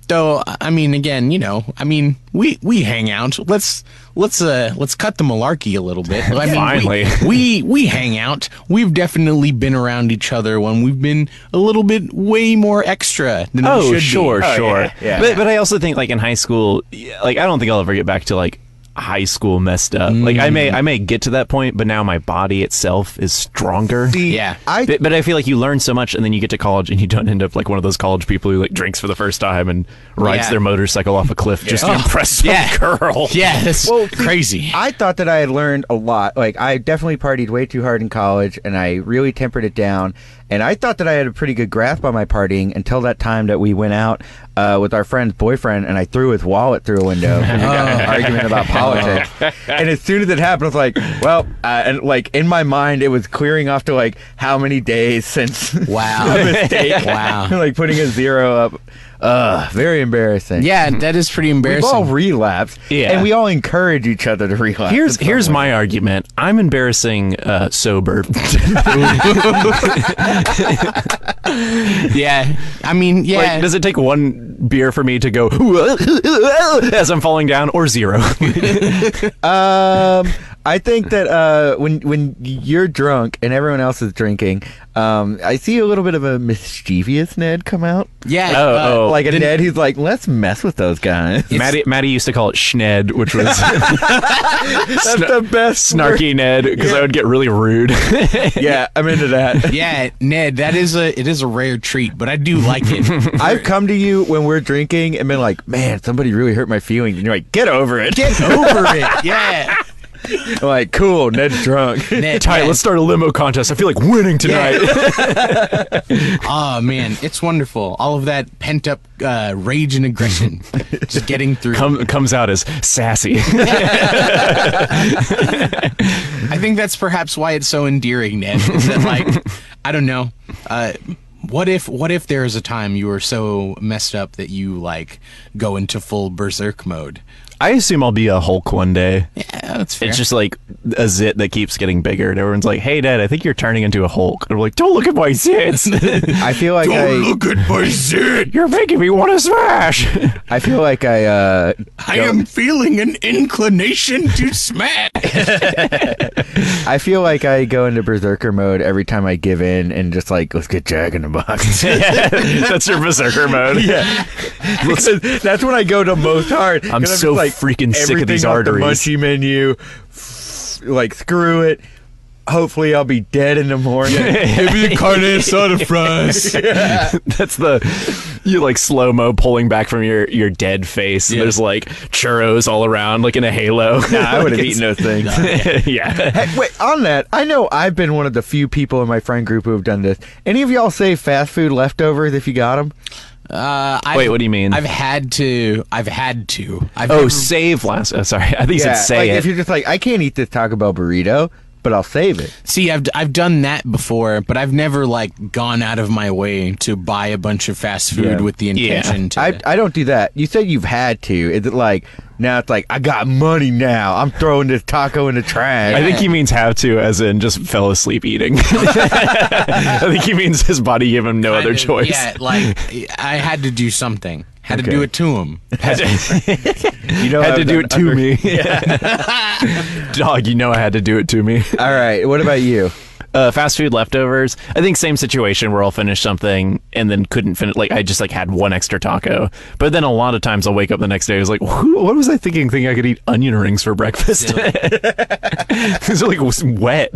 [SPEAKER 3] though I mean, again, you know, I mean, we we hang out. Let's let's uh let's cut the malarkey a little bit. I mean,
[SPEAKER 2] Finally.
[SPEAKER 3] we, we we hang out. We've definitely been around each other when we've been a little bit way more extra than we should
[SPEAKER 2] Oh,
[SPEAKER 3] be. Uh,
[SPEAKER 2] sure, sure.
[SPEAKER 1] yeah, yeah.
[SPEAKER 2] But but I also think like in high school, yeah, like I don't think I'll ever get back to like high school messed up. Like I may I
[SPEAKER 1] Mm.
[SPEAKER 2] may get to that point, but now my body itself is stronger.
[SPEAKER 1] See,
[SPEAKER 3] Yeah.
[SPEAKER 1] I
[SPEAKER 2] But, but I feel like you learn so much, and then you get to college, and you don't end up like one of those college people who like drinks for the first time and rides
[SPEAKER 3] Yeah.
[SPEAKER 2] their motorcycle off a cliff just to
[SPEAKER 3] Oh,
[SPEAKER 2] impress some
[SPEAKER 3] yeah.
[SPEAKER 2] girl.
[SPEAKER 3] Yeah, that's
[SPEAKER 1] Well, see,
[SPEAKER 3] crazy.
[SPEAKER 1] I thought that I had learned a lot. Like I definitely partied way too hard in college, and I really tempered it down. And I thought that I had a pretty good grasp on my partying until that time that we went out uh, with our friend's boyfriend, and I threw his wallet through a window and we got in an argument about politics. and as soon as it happened, I was like, "Well," uh, and like in my mind, it was clearing off to like how many days since a
[SPEAKER 3] wow.
[SPEAKER 1] mistake,
[SPEAKER 3] wow.
[SPEAKER 1] like putting a zero up. Ugh, very embarrassing.
[SPEAKER 3] Yeah, that is pretty
[SPEAKER 1] We've all
[SPEAKER 3] embarrassing.
[SPEAKER 1] relapsed,
[SPEAKER 2] Yeah.
[SPEAKER 1] and we all encourage each other to relapse.
[SPEAKER 2] Here's
[SPEAKER 1] in some
[SPEAKER 2] here's
[SPEAKER 1] way.
[SPEAKER 2] my argument. I'm embarrassing uh, sober.
[SPEAKER 3] yeah. I mean, yeah.
[SPEAKER 2] Like, does it take one beer for me to go as I'm falling down, or zero?
[SPEAKER 1] Um, I think that uh, when when you're drunk and everyone else is drinking, um, I see a little bit of a mischievous Ned come out,
[SPEAKER 3] yeah.
[SPEAKER 2] Oh,
[SPEAKER 3] uh,
[SPEAKER 2] oh.
[SPEAKER 1] like a Ned who's like, "Let's mess with those guys."
[SPEAKER 2] Maddie, Maddie used to call it schned, which was
[SPEAKER 1] That's the best
[SPEAKER 2] snarky Ned, because I would get really rude.
[SPEAKER 1] word. Yeah, I'm into
[SPEAKER 2] oh.
[SPEAKER 1] that.
[SPEAKER 3] Yeah, Ned, that is a it is a rare treat, but I do like it.
[SPEAKER 1] I've come to you when we're drinking and been like, "Man, somebody really hurt my feelings," and you're like, "Get over it."
[SPEAKER 3] Get over it. Yeah.
[SPEAKER 1] I'm like, "Cool, Ned's drunk."
[SPEAKER 3] Ned,
[SPEAKER 2] Ty,
[SPEAKER 3] yeah.
[SPEAKER 2] let's start a limo contest. I feel like winning tonight.
[SPEAKER 3] Oh man, it's wonderful. All of that pent up uh, rage and aggression, just getting through.
[SPEAKER 2] Come, comes out as sassy.
[SPEAKER 3] I think that's perhaps why it's so endearing, Ned. Is that like, I don't know. Uh, what if what if there is a time you are so messed up that you like go into full berserk mode?
[SPEAKER 2] I assume I'll be a Hulk one day.
[SPEAKER 3] Yeah, that's fair.
[SPEAKER 2] It's just like a zit that keeps getting bigger, and everyone's like, "Hey, Dad, I think you're turning into a Hulk." And we're like, "Don't look at my zits.
[SPEAKER 1] I feel like I,
[SPEAKER 3] look at my zit.
[SPEAKER 2] you're making me want to smash."
[SPEAKER 1] I feel like I uh,
[SPEAKER 3] I am feeling an inclination to smash.
[SPEAKER 1] I feel like I go into berserker mode every time I give in and just like let's get Jack in the box.
[SPEAKER 2] That's your berserker mode. Yeah,
[SPEAKER 1] That's when I go to most hard.
[SPEAKER 2] I'm
[SPEAKER 1] 'cause just
[SPEAKER 2] so freaking sick of these
[SPEAKER 1] everything off
[SPEAKER 2] arteries.
[SPEAKER 1] The munchie menu, f- like screw it. Hopefully I'll be dead in the morning.
[SPEAKER 3] Give me the carne asada fries.
[SPEAKER 2] That's the you like slow mo pulling back from your your dead face. And
[SPEAKER 3] Yeah.
[SPEAKER 2] there's like churros all around, like in a halo.
[SPEAKER 1] I would have
[SPEAKER 2] Like,
[SPEAKER 1] eaten those things.
[SPEAKER 2] it's- yeah.
[SPEAKER 1] Hey, wait, on that, I know I've been one of the few people in my friend group who have done this. Any of y'all save fast food leftovers if you got them?
[SPEAKER 3] Uh, I've-
[SPEAKER 2] Wait, what do you mean?
[SPEAKER 3] I've had to. I've had to. I've
[SPEAKER 2] Oh,
[SPEAKER 3] never-
[SPEAKER 2] save last. Oh, sorry, I think you said say
[SPEAKER 1] like
[SPEAKER 2] it.
[SPEAKER 1] if you're just like I can't eat this Taco Bell burrito, but I'll save it.
[SPEAKER 3] see, I've I've done that before, but I've never like gone out of my way to buy a bunch of fast food
[SPEAKER 1] Yeah.
[SPEAKER 3] with the
[SPEAKER 2] Yeah.
[SPEAKER 3] intention to.
[SPEAKER 1] I, I don't do that. You said you've had to. Is it like now? It's like I got money now. I'm throwing this taco in the trash.
[SPEAKER 2] I think he means have to, as in just fell asleep eating. I think he means his body gave him no
[SPEAKER 3] kind
[SPEAKER 2] other
[SPEAKER 3] of-
[SPEAKER 2] choice.
[SPEAKER 3] Yeah, like I had to do something. Had to
[SPEAKER 1] Okay.
[SPEAKER 3] do it to him.
[SPEAKER 2] had to,
[SPEAKER 1] you know,
[SPEAKER 2] had to
[SPEAKER 1] I've
[SPEAKER 2] do
[SPEAKER 1] done
[SPEAKER 2] it to
[SPEAKER 1] other-
[SPEAKER 2] me. Dog, you know I had to do it to me.
[SPEAKER 1] All right. What about you?
[SPEAKER 2] Uh, fast food leftovers. I think same situation where I'll finish something and then couldn't finish. Like I just like had one extra taco, but then a lot of times I'll wake up the next day. I was like, "Who- what was I thinking? Thinking I could eat onion rings for breakfast? These are like wet.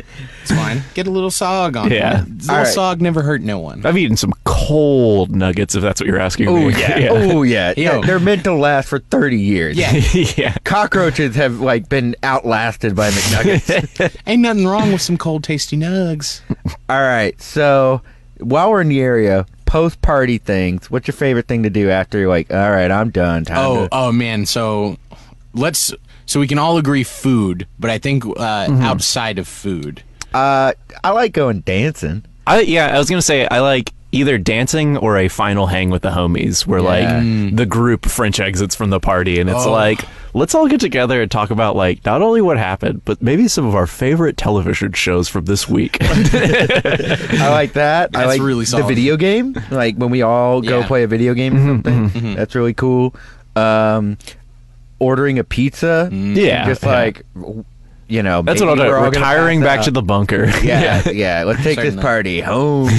[SPEAKER 3] It's fine. Get a little sog on.
[SPEAKER 2] Yeah.
[SPEAKER 3] it. Little
[SPEAKER 1] All right.
[SPEAKER 3] sog never hurt no one.
[SPEAKER 2] I've eaten some cold nuggets, if that's what you're asking
[SPEAKER 1] Oh
[SPEAKER 2] me.
[SPEAKER 1] yeah.
[SPEAKER 2] yeah.
[SPEAKER 1] Oh yeah.
[SPEAKER 3] Yo.
[SPEAKER 1] They're meant to last for 30 years.
[SPEAKER 3] Yeah,
[SPEAKER 2] yeah.
[SPEAKER 1] Cockroaches have like been outlasted by McNuggets.
[SPEAKER 3] ain't nothing wrong with some cold, tasty nugs.
[SPEAKER 1] All right. So while we're in the area, post party things. What's your favorite thing to do after you're like, all right, I'm done. Time
[SPEAKER 3] Oh,
[SPEAKER 1] to-
[SPEAKER 3] oh man. So let's. So we can all agree food, but I think uh,
[SPEAKER 1] Mm-hmm.
[SPEAKER 3] outside of food.
[SPEAKER 1] Uh, I like going dancing.
[SPEAKER 2] I yeah, I was gonna say I like either dancing or a final hang with the homies where
[SPEAKER 1] Yeah. Hmm.
[SPEAKER 2] like the group French exits from the party and it's
[SPEAKER 3] Oh.
[SPEAKER 2] like let's all get together and talk about like not only what happened, but maybe some of our favorite television shows from this week.
[SPEAKER 1] I like that. I
[SPEAKER 3] That's
[SPEAKER 1] like
[SPEAKER 3] really
[SPEAKER 1] the
[SPEAKER 3] solid.
[SPEAKER 1] video game. Like when we all go
[SPEAKER 3] Yeah.
[SPEAKER 1] play a video game or something. That's really cool. Um, ordering a pizza.
[SPEAKER 2] Yeah,
[SPEAKER 1] Just
[SPEAKER 2] Mm. yeah.
[SPEAKER 1] like, w- you know,
[SPEAKER 2] That's what I'll
[SPEAKER 1] maybe
[SPEAKER 2] do.
[SPEAKER 1] we're all gonna
[SPEAKER 2] Retiring
[SPEAKER 1] pass
[SPEAKER 2] back
[SPEAKER 1] out.
[SPEAKER 2] to the bunker.
[SPEAKER 1] Yeah, yeah. Let's take this
[SPEAKER 3] Certainly.
[SPEAKER 1] party home.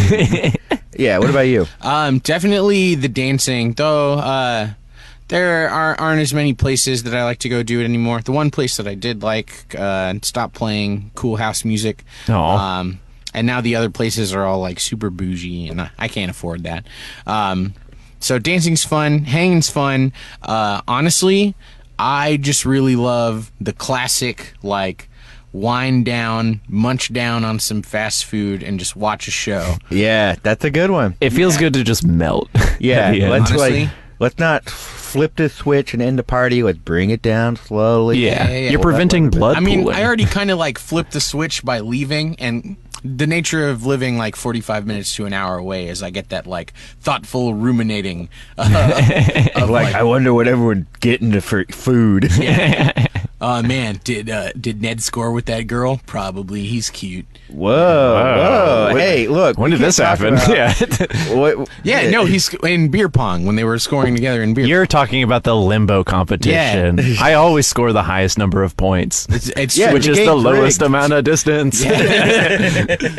[SPEAKER 1] yeah. What about you?
[SPEAKER 3] Um, definitely the dancing, though. Uh, there are, aren't as many places that I like to go do it anymore. The one place that I did like uh, stopped playing cool house music.
[SPEAKER 2] Aw.
[SPEAKER 3] Um, and now the other places are all like super bougie, and I, I can't afford that. Um, so dancing's fun, hanging's fun. Uh, honestly, I just really love the classic like wind down, munch down on some fast food, and just watch a show.
[SPEAKER 1] Yeah, that's a good one.
[SPEAKER 2] It feels good to just melt.
[SPEAKER 1] Yeah,
[SPEAKER 2] at the end.
[SPEAKER 1] let's
[SPEAKER 3] Honestly.
[SPEAKER 1] like let's not flip this switch and end the party. Let's bring it down slowly.
[SPEAKER 2] yeah.
[SPEAKER 3] yeah, yeah.
[SPEAKER 2] You're
[SPEAKER 3] Well,
[SPEAKER 1] that
[SPEAKER 2] preventing
[SPEAKER 1] would've been-
[SPEAKER 2] blood
[SPEAKER 3] I mean,
[SPEAKER 2] pooling.
[SPEAKER 3] I already kind of like flipped the switch by leaving, and the nature of living like 45 minutes to an hour away is I get that like thoughtful ruminating. Uh, of,
[SPEAKER 1] Like,
[SPEAKER 3] like,
[SPEAKER 1] I wonder what everyone's getting to for food.
[SPEAKER 3] oh man, did uh, did Ned score with that girl? Probably. He's cute.
[SPEAKER 1] Whoa,
[SPEAKER 2] Wow.
[SPEAKER 1] whoa.
[SPEAKER 2] When-
[SPEAKER 1] hey, look.
[SPEAKER 2] when
[SPEAKER 1] we
[SPEAKER 2] did this
[SPEAKER 1] can't talk
[SPEAKER 2] happen?
[SPEAKER 1] about-
[SPEAKER 2] yeah.
[SPEAKER 1] What,
[SPEAKER 3] Yeah, no, he's in beer pong when they were scoring together in beer.
[SPEAKER 2] You're talking about the limbo competition. I always score the highest number of points,
[SPEAKER 3] it's, it's
[SPEAKER 1] Yeah,
[SPEAKER 2] which
[SPEAKER 1] the
[SPEAKER 2] is the
[SPEAKER 1] game's rigged.
[SPEAKER 2] lowest amount of distance.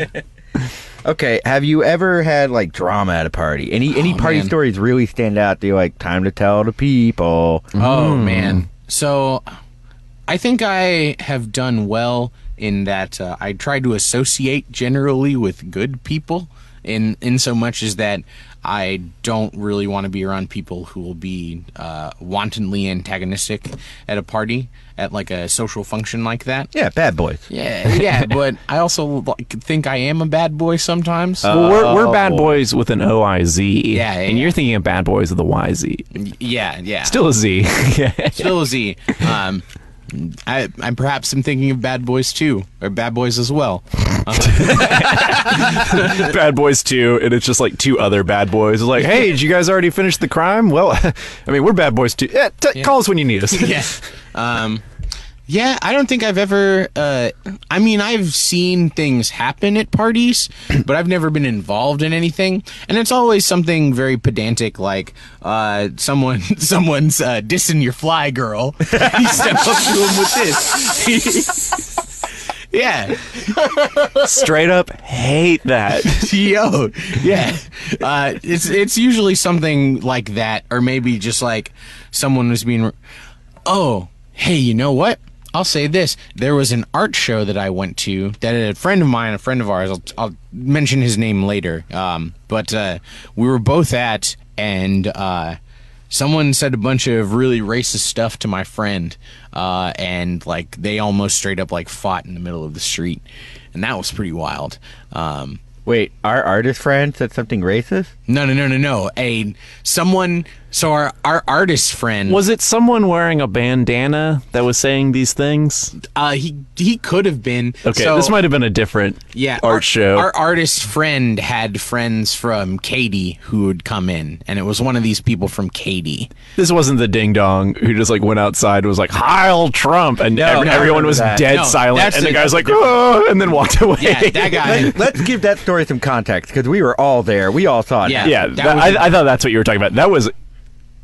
[SPEAKER 1] Okay, have you ever had like drama at a party? Any any
[SPEAKER 3] Oh,
[SPEAKER 1] party
[SPEAKER 3] man.
[SPEAKER 1] stories really stand out? Do you like time to tell the people?
[SPEAKER 3] Oh man. So I think I have done well in that uh, I try to associate generally with good people in in so much as that I don't really want to be around people who will be uh, wantonly antagonistic at a party at like a social function like that.
[SPEAKER 1] Yeah, bad boys.
[SPEAKER 3] Yeah, yeah, but I also like, think I am a bad boy sometimes.
[SPEAKER 2] Well, we're, we're bad
[SPEAKER 1] boy.
[SPEAKER 2] boys with an O I Z.
[SPEAKER 3] Yeah, yeah,
[SPEAKER 2] and
[SPEAKER 3] yeah.
[SPEAKER 2] you're thinking of bad boys with a Y Z.
[SPEAKER 3] yeah, yeah.
[SPEAKER 2] Still a Z. yeah.
[SPEAKER 3] Still a Z. Um, I, I perhaps am thinking of Bad Boys too, or Bad Boys as well.
[SPEAKER 2] Bad Boys 2, and it's just like two other bad boys. It's like, hey, did you guys already finish the crime? Well, I mean, we're Bad Boys 2. Yeah, t- Call us when you need us.
[SPEAKER 3] yeah. Uh, Um, yeah, I don't think I've ever. Uh, I mean, I've seen things happen at parties, but I've never been involved in anything. And it's always something very pedantic, like uh, someone someone's uh, dissing your fly girl. you step up to him with this. yeah,
[SPEAKER 2] Straight up hate that.
[SPEAKER 3] yo, yeah. Uh, it's it's usually something like that, or maybe just like someone was being, oh, hey, you know what? I'll say this: there was an art show that I went to that a friend of mine, a friend of ours, I'll, I'll mention his name later. Um, but uh, we were both at, and uh, someone said a bunch of really racist stuff to my friend, uh, and like they almost straight up like fought in the middle of the street, and that was pretty wild. Um,
[SPEAKER 1] Wait, our artist friend said something racist?
[SPEAKER 3] no, no, no, no, no. A someone. So our our artist friend
[SPEAKER 2] Was it someone wearing a bandana that was saying these things?
[SPEAKER 3] Uh, he he could have been.
[SPEAKER 2] Okay,
[SPEAKER 3] so-
[SPEAKER 2] this might have been a different
[SPEAKER 3] Yeah,
[SPEAKER 2] art
[SPEAKER 3] our,
[SPEAKER 2] show.
[SPEAKER 3] Our artist friend had friends from Katie who would come in, and it was one of these people from Katie.
[SPEAKER 2] This wasn't the ding dong who just like went outside and was like, Heil Trump. And ev-
[SPEAKER 3] no,
[SPEAKER 2] everyone
[SPEAKER 1] I remember
[SPEAKER 2] was
[SPEAKER 1] that.
[SPEAKER 2] dead
[SPEAKER 3] No,
[SPEAKER 2] silent.
[SPEAKER 3] that's
[SPEAKER 2] And the
[SPEAKER 3] a-
[SPEAKER 2] guy was like, oh, and then walked away.
[SPEAKER 3] Yeah, that guy.
[SPEAKER 1] Let, let's give that story some context because we were all there. We all saw it.
[SPEAKER 3] Yeah.
[SPEAKER 1] happen.
[SPEAKER 2] yeah,
[SPEAKER 3] That
[SPEAKER 2] that-
[SPEAKER 3] was-
[SPEAKER 2] I, I thought that's what you were talking about. That was.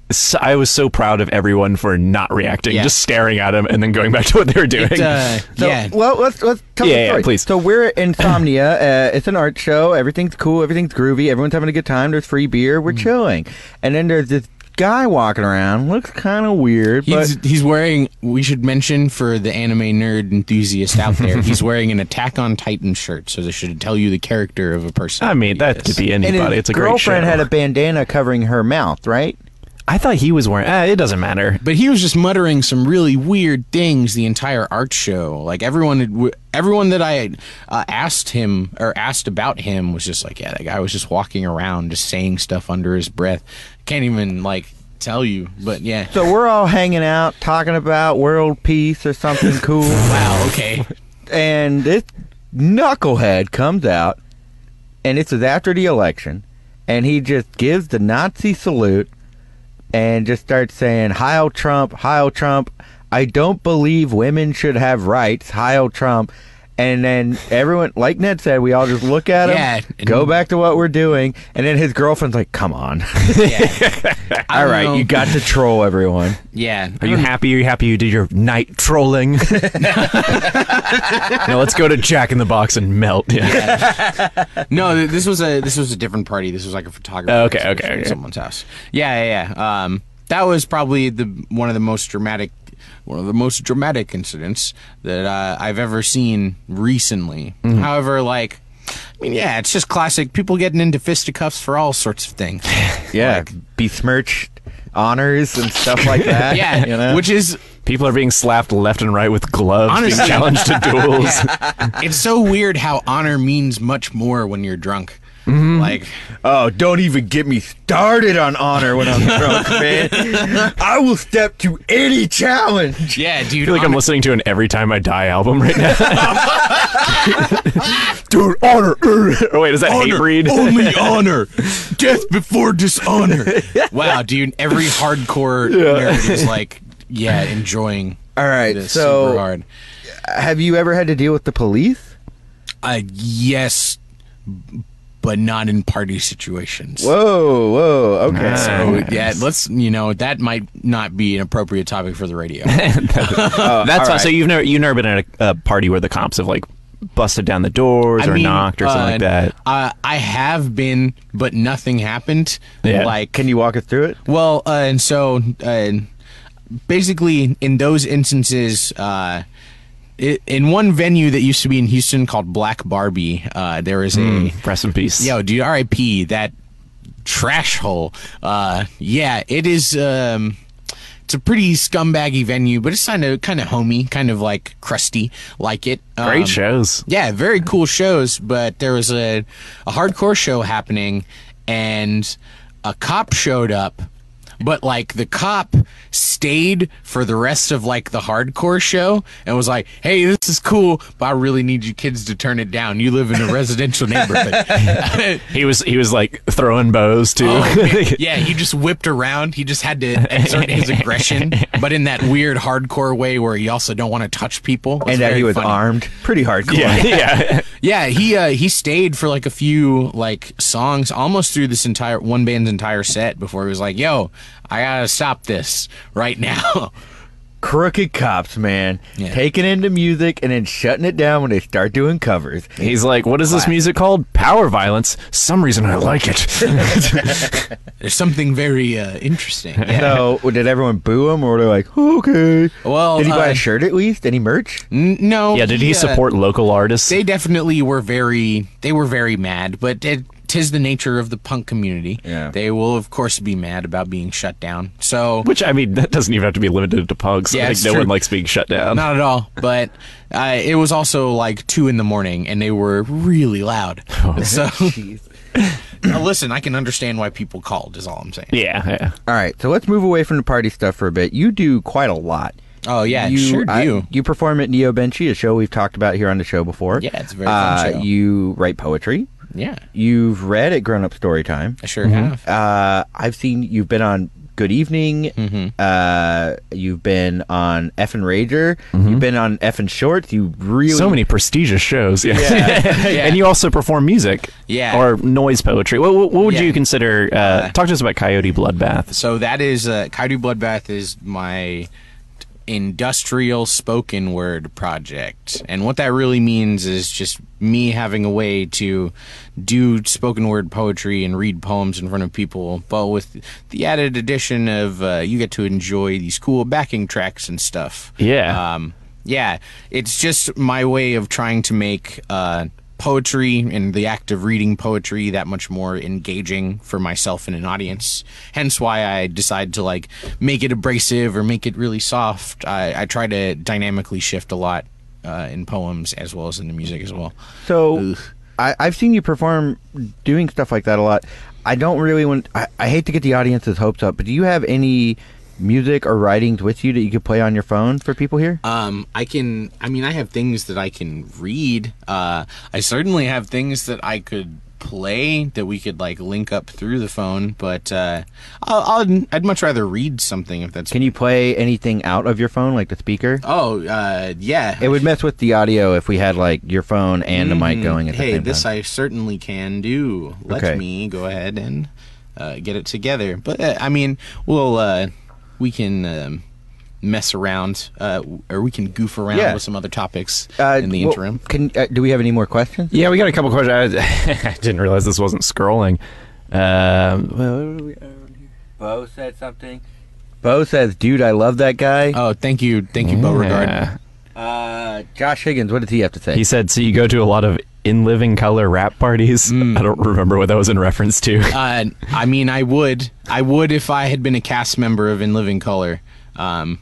[SPEAKER 2] s- I was so proud of everyone for not reacting,
[SPEAKER 3] Yeah.
[SPEAKER 2] just staring at him and then going back to what they were doing.
[SPEAKER 3] uh,
[SPEAKER 1] So,
[SPEAKER 3] yeah.
[SPEAKER 1] Well, let's let's tell
[SPEAKER 2] Yeah,
[SPEAKER 1] the
[SPEAKER 2] yeah,
[SPEAKER 1] story.
[SPEAKER 2] please.
[SPEAKER 1] So we're at Insomnia. Uh, it's an art show. Everything's cool. Everything's groovy. Everyone's having a good time. There's free beer.
[SPEAKER 2] Mm.
[SPEAKER 1] We're chilling. And then there's this guy walking around. Looks kind of weird,
[SPEAKER 3] He's,
[SPEAKER 1] but
[SPEAKER 3] he's wearing. We should mention for the anime nerd enthusiast out there, he's wearing an Attack on Titan shirt, so they should tell you the character of a person.
[SPEAKER 2] I mean, that could be
[SPEAKER 1] and
[SPEAKER 2] anybody.
[SPEAKER 1] his
[SPEAKER 2] it's a great show.
[SPEAKER 1] girlfriend had a bandana covering her mouth, right?
[SPEAKER 2] I thought he was wearing. Ah, it doesn't matter.
[SPEAKER 3] But he was just muttering some really weird things the entire art show. Like everyone, had, w- everyone that I had, uh, asked him or asked about him was just like, yeah, that guy was just walking around, just saying stuff under his breath. Can't even like tell you, but yeah.
[SPEAKER 1] So we're all hanging out, talking about world peace or something cool,
[SPEAKER 3] wow. Okay.
[SPEAKER 1] and this knucklehead comes out, and this is after the election, and he just gives the Nazi salute, and just starts saying "Heil Trump, Heil Trump." I don't believe women should have rights. Heil Trump. And then everyone, like Ned said, we all just look at him,
[SPEAKER 3] Yeah, and-
[SPEAKER 1] go back to what we're doing, and then his girlfriend's like, "Come on,
[SPEAKER 3] I
[SPEAKER 1] all
[SPEAKER 3] don't
[SPEAKER 1] right,
[SPEAKER 3] know.
[SPEAKER 1] you got to troll everyone."
[SPEAKER 3] Yeah.
[SPEAKER 1] Hmm.
[SPEAKER 2] Are you happy? Are you happy you did your night trolling? now let's go to Jack in the Box and melt. Yeah.
[SPEAKER 3] No, th- this was a this was a different party. This was like a photographer.
[SPEAKER 2] Oh, okay,
[SPEAKER 3] exhibition
[SPEAKER 2] okay,
[SPEAKER 3] at
[SPEAKER 2] okay.
[SPEAKER 3] Someone's house. Yeah, yeah, yeah. Um, that was probably the one of the most dramatic, one of the most dramatic incidents that uh, I've ever seen recently.
[SPEAKER 2] Mm-hmm.
[SPEAKER 3] However, like, I mean, yeah, it's just classic people getting into fisticuffs for all sorts of things.
[SPEAKER 1] Yeah, besmirched honors and stuff like that.
[SPEAKER 3] yeah,
[SPEAKER 1] you know?
[SPEAKER 3] which is
[SPEAKER 2] People are being slapped left and right with gloves,
[SPEAKER 3] Honestly.
[SPEAKER 2] being challenged to duels.
[SPEAKER 3] it's so weird how honor means much more when you're drunk.
[SPEAKER 2] Mm-hmm.
[SPEAKER 3] Like,
[SPEAKER 1] oh, don't even get me started on honor when I'm drunk, man. I will step to any challenge.
[SPEAKER 3] yeah, dude.
[SPEAKER 2] I feel like I'm
[SPEAKER 3] honor-
[SPEAKER 2] listening to an Every Time I Die album right now.
[SPEAKER 1] Dude, honor, er,
[SPEAKER 2] oh, wait, is that hate breed?
[SPEAKER 3] Only honor. Death before dishonor. wow, dude. Every hardcore nerd is like, yeah, enjoying
[SPEAKER 1] All right,
[SPEAKER 3] this
[SPEAKER 1] so-
[SPEAKER 3] super hard.
[SPEAKER 1] have you ever had to deal with the police?
[SPEAKER 3] Uh, yes, but not in party situations.
[SPEAKER 1] Whoa, whoa, okay.
[SPEAKER 3] So, yeah, let's, you know, that might not be an appropriate topic for the radio.
[SPEAKER 2] That's
[SPEAKER 1] all
[SPEAKER 2] why.
[SPEAKER 1] right.
[SPEAKER 2] So you've never you've never been at a, a party where the cops have like busted down the doors or knocked or something like
[SPEAKER 3] uh,
[SPEAKER 2] that.
[SPEAKER 3] Uh, I have been, but nothing happened.
[SPEAKER 2] Yeah.
[SPEAKER 3] Like,
[SPEAKER 1] Can you walk us through it?
[SPEAKER 3] Well, uh, and so uh, basically, in those instances, uh, i in one venue that used to be in Houston called Black Barbie, uh, there is a
[SPEAKER 2] Rest in peace.
[SPEAKER 3] Yo, dude, RIP that trash hole. Uh, yeah, it is. Um, it's a pretty scumbaggy venue, but it's kind of kind of homey, kind of like crusty, like it.
[SPEAKER 2] Great
[SPEAKER 3] Um,
[SPEAKER 2] shows.
[SPEAKER 3] yeah, very cool shows, but there was a, a hardcore show happening and a cop showed up But like the cop stayed for the rest of like the hardcore show and was like, "Hey, this is cool, but I really need you kids to turn it down. You live in a residential neighborhood."
[SPEAKER 2] He was he was like throwing bows too.
[SPEAKER 3] Oh, man. yeah, he just whipped around. He just had to exert his aggression, but in that weird hardcore way where you also don't want to touch people. It's
[SPEAKER 1] and that
[SPEAKER 3] very
[SPEAKER 1] he was
[SPEAKER 3] funny.
[SPEAKER 1] armed pretty hardcore.
[SPEAKER 2] yeah, yeah.
[SPEAKER 3] Yeah, he uh, he stayed for like a few like songs, almost through this entire one band's entire set before he was like, "Yo, I gotta stop this right now."
[SPEAKER 1] Crooked cops, man,
[SPEAKER 3] Yeah.
[SPEAKER 1] taking into music and then shutting it down when they start doing covers.
[SPEAKER 2] He's like, what is this music called? Power violence. Some reason I like it.
[SPEAKER 3] There's something very uh, interesting. Yeah.
[SPEAKER 1] So did everyone boo him, or were they like, okay?
[SPEAKER 3] Well,
[SPEAKER 1] did he buy
[SPEAKER 3] uh,
[SPEAKER 1] a shirt at least? Any merch?
[SPEAKER 3] N- no.
[SPEAKER 2] yeah, did he
[SPEAKER 3] uh,
[SPEAKER 2] support local artists?
[SPEAKER 3] They definitely were very they were very mad, but it, tis the nature of the punk community.
[SPEAKER 1] Yeah.
[SPEAKER 3] They will of course be mad about being shut down. So
[SPEAKER 2] Which I mean, that doesn't even have to be limited to punks.
[SPEAKER 3] Yeah,
[SPEAKER 2] I think
[SPEAKER 3] it's
[SPEAKER 2] no
[SPEAKER 3] true.
[SPEAKER 2] one likes being shut down.
[SPEAKER 3] Not at all. But uh, it was also like two in the morning, and they were really loud. So, Now, listen, I can understand why people called. Is all I'm saying.
[SPEAKER 2] Yeah, yeah.
[SPEAKER 1] All right, so let's move away from the party stuff for a bit. You do quite a lot.
[SPEAKER 3] Oh yeah,
[SPEAKER 1] you,
[SPEAKER 3] sure do.
[SPEAKER 1] I- you perform at Neo Benchy, a show we've talked about here on the show before. Uh,
[SPEAKER 3] Yeah, it's a very fun show.
[SPEAKER 1] You write poetry.
[SPEAKER 3] yeah,
[SPEAKER 1] You've read at Grown Up Storytime.
[SPEAKER 3] I sure have.
[SPEAKER 1] Uh, I've seen you've been on Good Evening.
[SPEAKER 3] Mm-hmm.
[SPEAKER 1] Uh, you've been on F and Rager. You've been on F and Shorts. You really
[SPEAKER 2] So many prestigious shows. Yeah. and you also perform music.
[SPEAKER 3] Yeah.
[SPEAKER 2] Or noise poetry. What, what, what would
[SPEAKER 3] Yeah.
[SPEAKER 2] you consider? Uh, talk to us about Coyote Bloodbath.
[SPEAKER 3] So that is uh, Coyote Bloodbath is my industrial spoken word project, and what that really means is just me having a way to do spoken word poetry and read poems in front of people, but with the added addition of uh, you get to enjoy these cool backing tracks and stuff.
[SPEAKER 2] Yeah.
[SPEAKER 3] Um, yeah, it's just my way of trying to make uh, poetry and the act of reading poetry that much more engaging for myself and an audience. Hence why I decide to like make it abrasive or make it really soft. I, I try to dynamically shift a lot uh, in poems as well as in the music as well.
[SPEAKER 1] So I, I've seen you perform doing stuff like that a lot. I don't really want. I, I hate to get the audience's hopes up, but do you have any music or writings with you that you could play on your phone for people here?
[SPEAKER 3] Um, I can. I mean, I have things that I can read. Uh, I certainly have things that I could play that we could like link up through the phone. But uh, I'll, I'll, I'd much rather read something if that's.
[SPEAKER 1] Can you play anything out of your phone, like the speaker?
[SPEAKER 3] oh uh, yeah.
[SPEAKER 1] It would mess with the audio if we had like your phone and the mic going at the
[SPEAKER 3] Mm-hmm. hey,
[SPEAKER 1] same
[SPEAKER 3] this
[SPEAKER 1] time.
[SPEAKER 3] I certainly can do. Let
[SPEAKER 1] Okay.
[SPEAKER 3] me go ahead and uh, get it together. But uh, I mean, we'll uh, we can. Um, mess around uh, or we can goof around
[SPEAKER 1] Yeah.
[SPEAKER 3] with some other topics
[SPEAKER 1] Uh,
[SPEAKER 3] in the
[SPEAKER 1] well,
[SPEAKER 3] interim
[SPEAKER 1] can uh, do we have any more questions?
[SPEAKER 2] Yeah, we got a couple questions. I, I didn't realize this wasn't scrolling. Um, well,
[SPEAKER 1] Bo said something. Bo says, "Dude, I love that guy."
[SPEAKER 3] oh thank you thank you beauregard
[SPEAKER 2] yeah.
[SPEAKER 1] Uh, Josh Higgins, what does he have to say?
[SPEAKER 2] He said, "So you go to a lot of in living color rap parties."
[SPEAKER 3] Mm.
[SPEAKER 2] I don't remember what that was in reference to.
[SPEAKER 3] Uh, I mean, I would, I would if I had been a cast member of In Living Color. Um,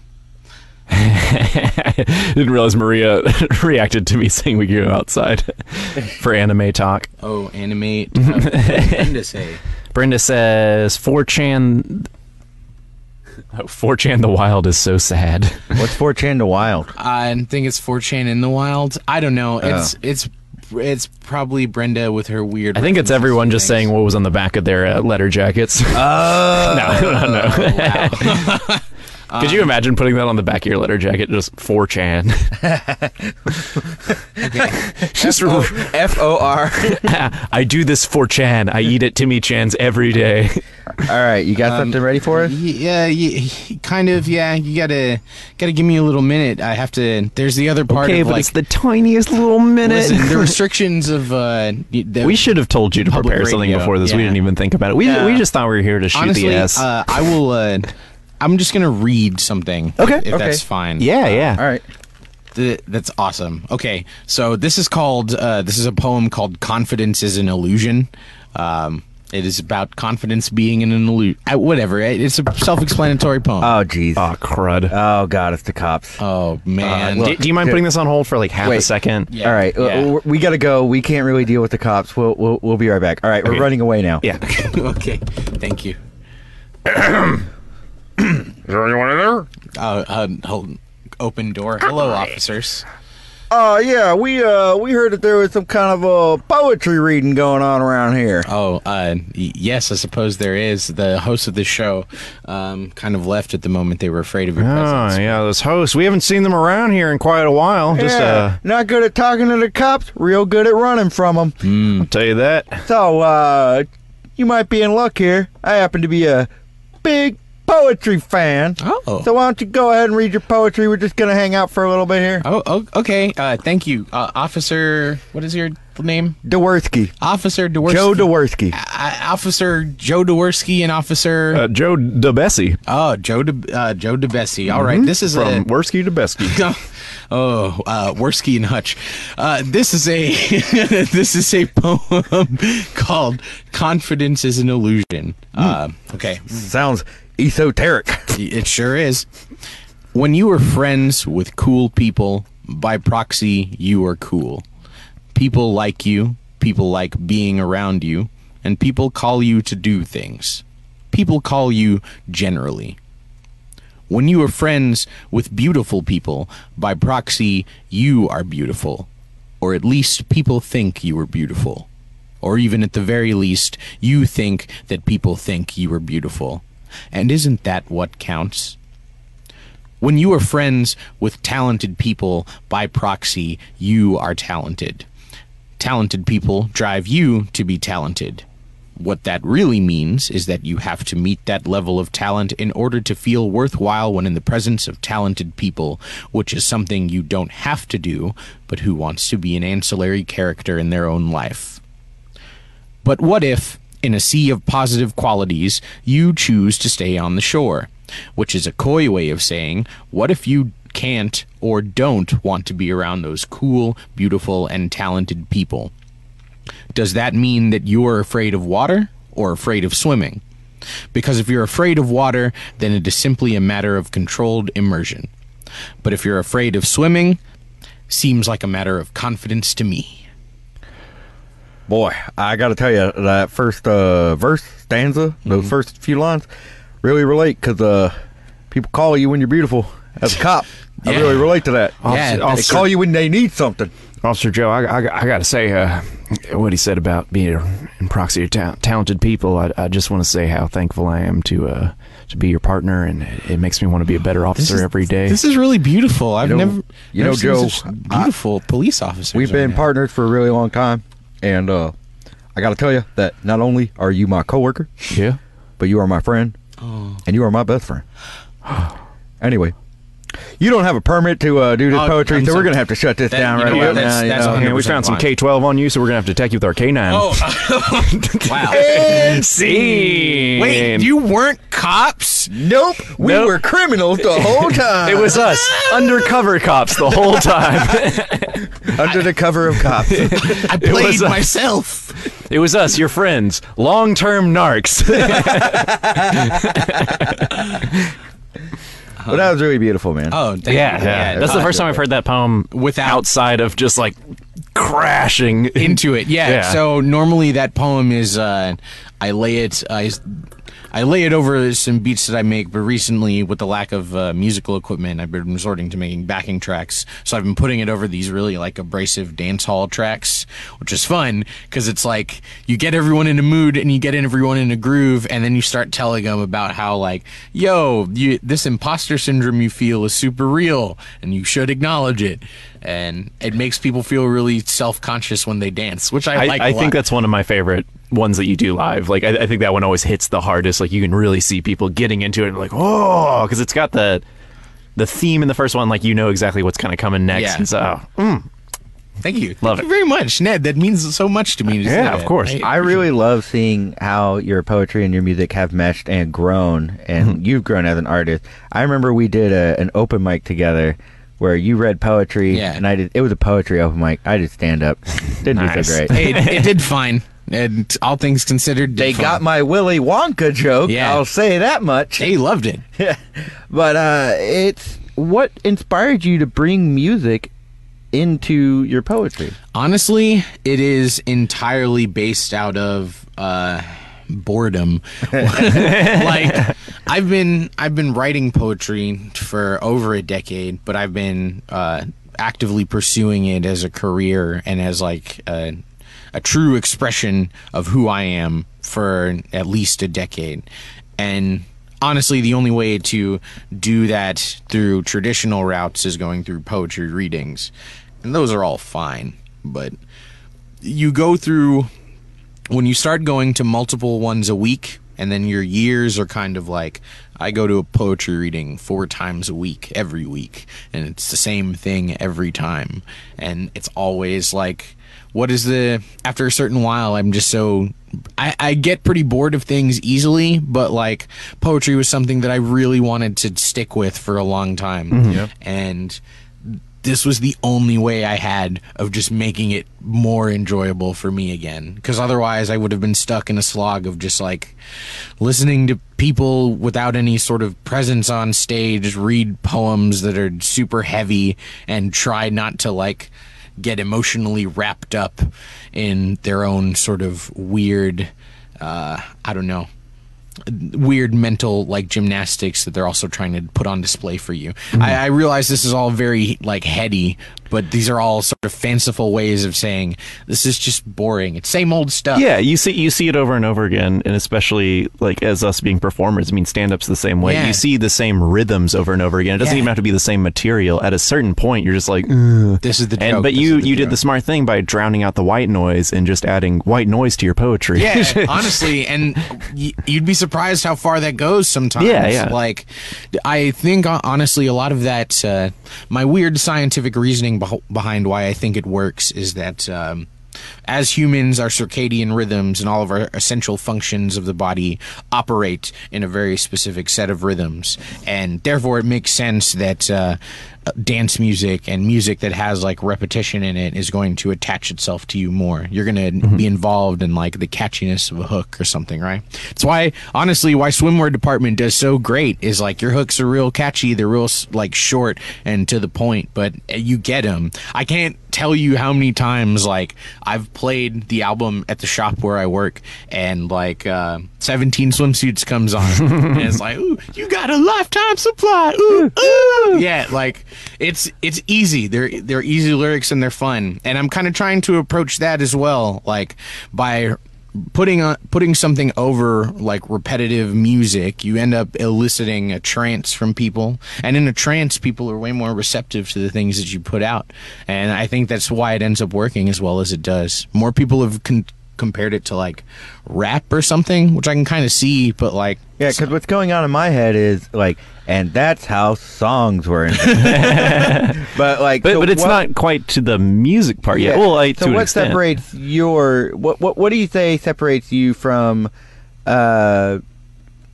[SPEAKER 2] Didn't realize Maria reacted to me saying we go outside for anime talk.
[SPEAKER 3] oh, animate. Uh, what did Brenda say?
[SPEAKER 2] Brenda says, "4chan." Oh, 4chan the wild is so sad.
[SPEAKER 1] What's 4chan to Wild?
[SPEAKER 3] I think it's 4chan in the wild. I don't know.
[SPEAKER 2] Oh.
[SPEAKER 3] It's it's it's probably Brenda with her weird.
[SPEAKER 2] I think it's
[SPEAKER 3] references
[SPEAKER 2] everyone
[SPEAKER 3] to
[SPEAKER 2] just
[SPEAKER 3] things.
[SPEAKER 2] saying what was on the back of their uh, letter jackets.
[SPEAKER 3] Oh,
[SPEAKER 1] Uh,
[SPEAKER 2] no, no, no. Could you imagine putting that on the back of your letter jacket? Just 4chan. just
[SPEAKER 1] F O R.
[SPEAKER 2] I do this for Chan. I eat at Timmy Chan's every day.
[SPEAKER 1] All right, you got something ready for us?
[SPEAKER 3] Um, Yeah, yeah, kind of. Yeah, you gotta gotta give me a little minute. I have to. There's the other part of like.
[SPEAKER 2] the tiniest little minute.
[SPEAKER 3] Listen, the restrictions of uh, the,
[SPEAKER 2] we should have told you to
[SPEAKER 3] Public
[SPEAKER 2] prepare something
[SPEAKER 3] radio,
[SPEAKER 2] before this. We
[SPEAKER 3] yeah.
[SPEAKER 2] didn't even think about it. We,
[SPEAKER 3] Yeah.
[SPEAKER 2] we just thought we were here to shoot
[SPEAKER 3] honestly.
[SPEAKER 2] the ass.
[SPEAKER 3] Uh, I will. Uh, I'm just gonna read something.
[SPEAKER 2] Okay.
[SPEAKER 3] if
[SPEAKER 1] Okay.
[SPEAKER 3] that's fine.
[SPEAKER 2] yeah, yeah.
[SPEAKER 1] All right.
[SPEAKER 3] Th- that's awesome. Okay, so this is called uh, this is a poem called "Confidence is an Illusion." Um, it is about confidence being an illusion. Uh, whatever. It- It's a self-explanatory poem.
[SPEAKER 1] Oh jeez.
[SPEAKER 2] Oh, crud.
[SPEAKER 1] oh god, it's the cops.
[SPEAKER 3] oh man.
[SPEAKER 1] Uh,
[SPEAKER 2] do,
[SPEAKER 1] look,
[SPEAKER 2] do you mind
[SPEAKER 1] dude.
[SPEAKER 2] putting this on hold for like half a
[SPEAKER 1] Wait.
[SPEAKER 2] second?
[SPEAKER 3] Yeah,
[SPEAKER 1] All right, w-
[SPEAKER 3] yeah.
[SPEAKER 1] w- we gotta go. We can't really deal with the cops. We'll we'll, we'll be right back. All right,
[SPEAKER 2] Okay.
[SPEAKER 1] we're running away now.
[SPEAKER 2] Yeah.
[SPEAKER 3] okay. Thank you. Uh, uh, hold- open door. Hello, officers.
[SPEAKER 1] Oh yeah, we uh we heard that there was some kind of uh poetry reading going on around here.
[SPEAKER 3] Oh, uh, y- yes, I suppose there is. The host of the show um, kind of left at the moment they were afraid
[SPEAKER 1] Ah,
[SPEAKER 3] of your
[SPEAKER 2] Oh,
[SPEAKER 3] presence.
[SPEAKER 2] yeah, those hosts. We haven't seen them around here in quite a while. Just uh,
[SPEAKER 1] yeah, not good at talking to the cops, real good at running from them.
[SPEAKER 2] uh, I'll tell you that.
[SPEAKER 1] So uh you might be in luck here. I happen to be a big poetry fan.
[SPEAKER 3] Oh.
[SPEAKER 1] So why don't you go ahead and read your poetry? We're just gonna hang out for a little bit here.
[SPEAKER 3] Oh, oh, okay. Uh, thank you, uh, Officer. What is your name?
[SPEAKER 1] Dworsky.
[SPEAKER 3] Officer Dworsky.
[SPEAKER 1] Joe Dworsky.
[SPEAKER 3] I- Officer Joe Dworsky and Officer.
[SPEAKER 2] Uh, Joe DeBessie
[SPEAKER 3] oh, Joe De- uh, Joe DeBessie. All right, this is
[SPEAKER 2] mm-hmm. from
[SPEAKER 3] a.
[SPEAKER 2] Worski DeBesky.
[SPEAKER 3] Oh, uh, Worsky and Hutch. Uh, this is a this is a poem called "Confidence is an Illusion."
[SPEAKER 2] Hmm.
[SPEAKER 3] Uh, okay,
[SPEAKER 1] Sounds esoteric.
[SPEAKER 3] It sure is. When you are friends with cool people, by proxy, you are cool. People like you, people like being around you, and people call you to do things. People call you generally. When you are friends with beautiful people, by proxy, you are beautiful. Or at least people think you are beautiful. Or even at the very least, you think that people think you are beautiful. And isn't that what counts? When you are friends with talented people, by proxy, you are talented. Talented people drive you to be talented. What that really means is that you have to meet that level of talent in order to feel worthwhile when in the presence of talented people, which is something you don't have to do, but who wants to be an ancillary character in their own life. But what if, in a sea of positive qualities, you choose to stay on the shore? Which is a coy way of saying, what if you can't or don't want to be around those cool, beautiful, and talented people? Does that mean that you're afraid of water or afraid of swimming? Because if you're afraid of water, then it is simply a matter of controlled immersion. But if you're afraid of swimming, seems like a matter of confidence to me.
[SPEAKER 1] Boy, I got to tell you that first uh, verse stanza,
[SPEAKER 3] Mm-hmm.
[SPEAKER 1] those first few lines, really relate because uh, people call you when you're beautiful. As a cop, I
[SPEAKER 3] Yeah.
[SPEAKER 1] really relate to that.
[SPEAKER 3] Yeah,
[SPEAKER 1] they
[SPEAKER 3] that's-
[SPEAKER 1] call you when they need something.
[SPEAKER 2] Officer Joe, I, I, I got to say, uh, what he said about being in proxy to ta- talented people, I, I just want to say how thankful I am to uh, to be your partner, and it, it makes me want to be a better officer
[SPEAKER 3] is-
[SPEAKER 2] every day.
[SPEAKER 3] This is really beautiful. I've
[SPEAKER 1] know-
[SPEAKER 3] never,
[SPEAKER 1] you
[SPEAKER 3] never
[SPEAKER 1] know,
[SPEAKER 3] seen
[SPEAKER 1] Joe,
[SPEAKER 3] such
[SPEAKER 1] I-
[SPEAKER 3] beautiful police officers.
[SPEAKER 1] We've
[SPEAKER 3] right
[SPEAKER 1] been
[SPEAKER 3] now.
[SPEAKER 1] partners for a really long time, and uh, I got to tell you that not only are you my coworker,
[SPEAKER 2] yeah.
[SPEAKER 1] but you are my friend,
[SPEAKER 3] Oh.
[SPEAKER 1] and you are my best friend. Anyway. You don't have a permit to uh, do this
[SPEAKER 3] Oh,
[SPEAKER 1] poetry,
[SPEAKER 3] I'm
[SPEAKER 1] so
[SPEAKER 3] so-
[SPEAKER 1] we're gonna have to shut this
[SPEAKER 3] That-
[SPEAKER 1] down
[SPEAKER 3] you
[SPEAKER 1] right
[SPEAKER 3] know what,
[SPEAKER 1] about
[SPEAKER 3] that's-
[SPEAKER 1] now. you
[SPEAKER 3] that's
[SPEAKER 1] know.
[SPEAKER 3] on
[SPEAKER 2] Yeah, we found some
[SPEAKER 3] 100%
[SPEAKER 2] K12 on you, so we're going to have to attack you with our K9.
[SPEAKER 3] Oh, wow.
[SPEAKER 2] Scene.
[SPEAKER 3] Wait, you weren't cops?
[SPEAKER 1] Nope, we
[SPEAKER 2] Nope.
[SPEAKER 1] were criminals the whole time.
[SPEAKER 2] It was us, undercover cops, the whole time.
[SPEAKER 1] under the cover of cops.
[SPEAKER 3] I played
[SPEAKER 2] was, uh,
[SPEAKER 3] myself.
[SPEAKER 2] it was us, your friends, long-term narcs.
[SPEAKER 1] But that was really beautiful, man.
[SPEAKER 3] Oh, thank you.
[SPEAKER 2] yeah, yeah. That's the
[SPEAKER 3] uh,
[SPEAKER 2] first time I've heard that poem
[SPEAKER 3] Without-
[SPEAKER 2] outside of just like crashing
[SPEAKER 3] into it. Yeah.
[SPEAKER 2] Yeah.
[SPEAKER 3] So normally that poem is uh, I lay it I, I lay it over some beats that I make, but recently with the lack of uh, musical equipment, I've been resorting to making backing tracks. So I've been putting it over these really like abrasive dance hall tracks, which is fun because it's like you get everyone in a mood and you get everyone in a groove, and then you start telling them about how like, yo, you, this imposter syndrome you feel is super real, and you should acknowledge it. And it makes people feel really self conscious when they dance, which I,
[SPEAKER 2] I,
[SPEAKER 3] like.
[SPEAKER 2] I
[SPEAKER 3] a
[SPEAKER 2] think
[SPEAKER 3] lot.
[SPEAKER 2] that's one of my favorite ones that you do live. Like, I, I think that one always hits the hardest. Like, you can really see people getting into it and like, oh, because it's got the the theme in the first one. Like, you know exactly what's kind of coming next.
[SPEAKER 3] Yeah.
[SPEAKER 2] And so, oh.
[SPEAKER 3] Thank you.
[SPEAKER 2] Love
[SPEAKER 3] Thank
[SPEAKER 2] it.
[SPEAKER 3] you very much, Ned. That means so much to me. To say
[SPEAKER 2] Yeah,
[SPEAKER 3] that.
[SPEAKER 2] of course.
[SPEAKER 1] I really love seeing how your poetry and your music have meshed and grown, and
[SPEAKER 3] Mm-hmm.
[SPEAKER 1] you've grown as an artist. I remember we did a, an open mic together where you read poetry,
[SPEAKER 3] Yeah.
[SPEAKER 1] and I did. It was a poetry open mic. I did stand up. Didn't do
[SPEAKER 2] Nice.
[SPEAKER 1] so great.
[SPEAKER 3] it, it did fine. And all things considered, did
[SPEAKER 1] They
[SPEAKER 3] fine.
[SPEAKER 1] got my Willy Wonka joke.
[SPEAKER 3] Yeah.
[SPEAKER 1] I'll say that much.
[SPEAKER 3] They loved it.
[SPEAKER 1] but uh, it's what inspired you to bring music into your poetry.
[SPEAKER 3] Honestly, it is entirely based out of uh, boredom. like I've been I've been writing poetry for over a decade, but I've been uh, actively pursuing it as a career and as like a, a true expression of who I am for at least a decade. And honestly, the only way to do that through traditional routes is going through poetry readings, and those are all fine, but you go through when you start going to multiple ones a week and then your years are kind of like I go to a poetry reading four times a week every week and it's the same thing every time and it's always like what is the after a certain while I'm just so I, I get pretty bored of things easily but like poetry was something that I really wanted to stick with for a long time and this was the only way I had of just making it more enjoyable for me again. Because otherwise, I would have been stuck in a slog of just like listening to people without any sort of presence on stage read poems that are super heavy and try not to like get emotionally wrapped up in their own sort of weird, uh, I don't know, weird mental like gymnastics that they're also trying to put on display for you.
[SPEAKER 2] Mm.
[SPEAKER 3] I, I realize this is all very like heady, but these are all sort of fanciful ways of saying this is just boring. It's same old stuff.
[SPEAKER 2] Yeah, you see you see it over and over again, and especially like as us being performers, I mean stand up's the same way.
[SPEAKER 3] Yeah.
[SPEAKER 2] You see the same rhythms over and over again. It doesn't
[SPEAKER 3] Yeah.
[SPEAKER 2] even have to be the same material. At a certain point you're just like "Ugh."
[SPEAKER 3] This is the
[SPEAKER 2] and
[SPEAKER 3] joke,
[SPEAKER 2] but
[SPEAKER 3] this
[SPEAKER 2] you
[SPEAKER 3] is the
[SPEAKER 2] you
[SPEAKER 3] joke.
[SPEAKER 2] did the smart thing by drowning out the white noise and just adding white noise to your poetry.
[SPEAKER 3] Yeah, honestly, and y- you'd be surprised how far that goes sometimes.
[SPEAKER 2] Yeah, yeah.
[SPEAKER 3] Like, I think hon- honestly, a lot of that, uh, my weird scientific reasoning beh- behind why I think it works is that. Um, as humans, our circadian rhythms and all of our essential functions of the body operate in a very specific set of rhythms, and therefore it makes sense that uh, dance music and music that has like repetition in it is going to attach itself to you more. You're going to be involved in like the catchiness of a hook or something, right? It's why, honestly, why swimwear department does so great is like your hooks are real catchy, they're real s- like short and to the point, but uh, you get them. I can't tell you how many times like I've played the album at the shop where I work, and like uh, Seventeen Swimsuits comes on, and it's like, ooh, you got a lifetime supply. Ooh, ooh. Yeah, like it's it's easy. They're they're easy lyrics and they're fun, and I'm kind of trying to approach that as well, like by putting on putting something over like repetitive music you end up eliciting a trance from people and in a trance people are way more receptive to the things that you put out and i think that's why it ends up working as well as it does more people have con- compared it to like rap or something which i can kind of see but like
[SPEAKER 1] Yeah, because what's going on in my head is like, and that's how songs were invented. but like,
[SPEAKER 2] But
[SPEAKER 1] so
[SPEAKER 2] but it's
[SPEAKER 1] what-
[SPEAKER 2] not quite to the music part yet. Well, I,
[SPEAKER 1] so
[SPEAKER 2] to an
[SPEAKER 1] what
[SPEAKER 2] extent.
[SPEAKER 1] separates your what what what do you say separates you from uh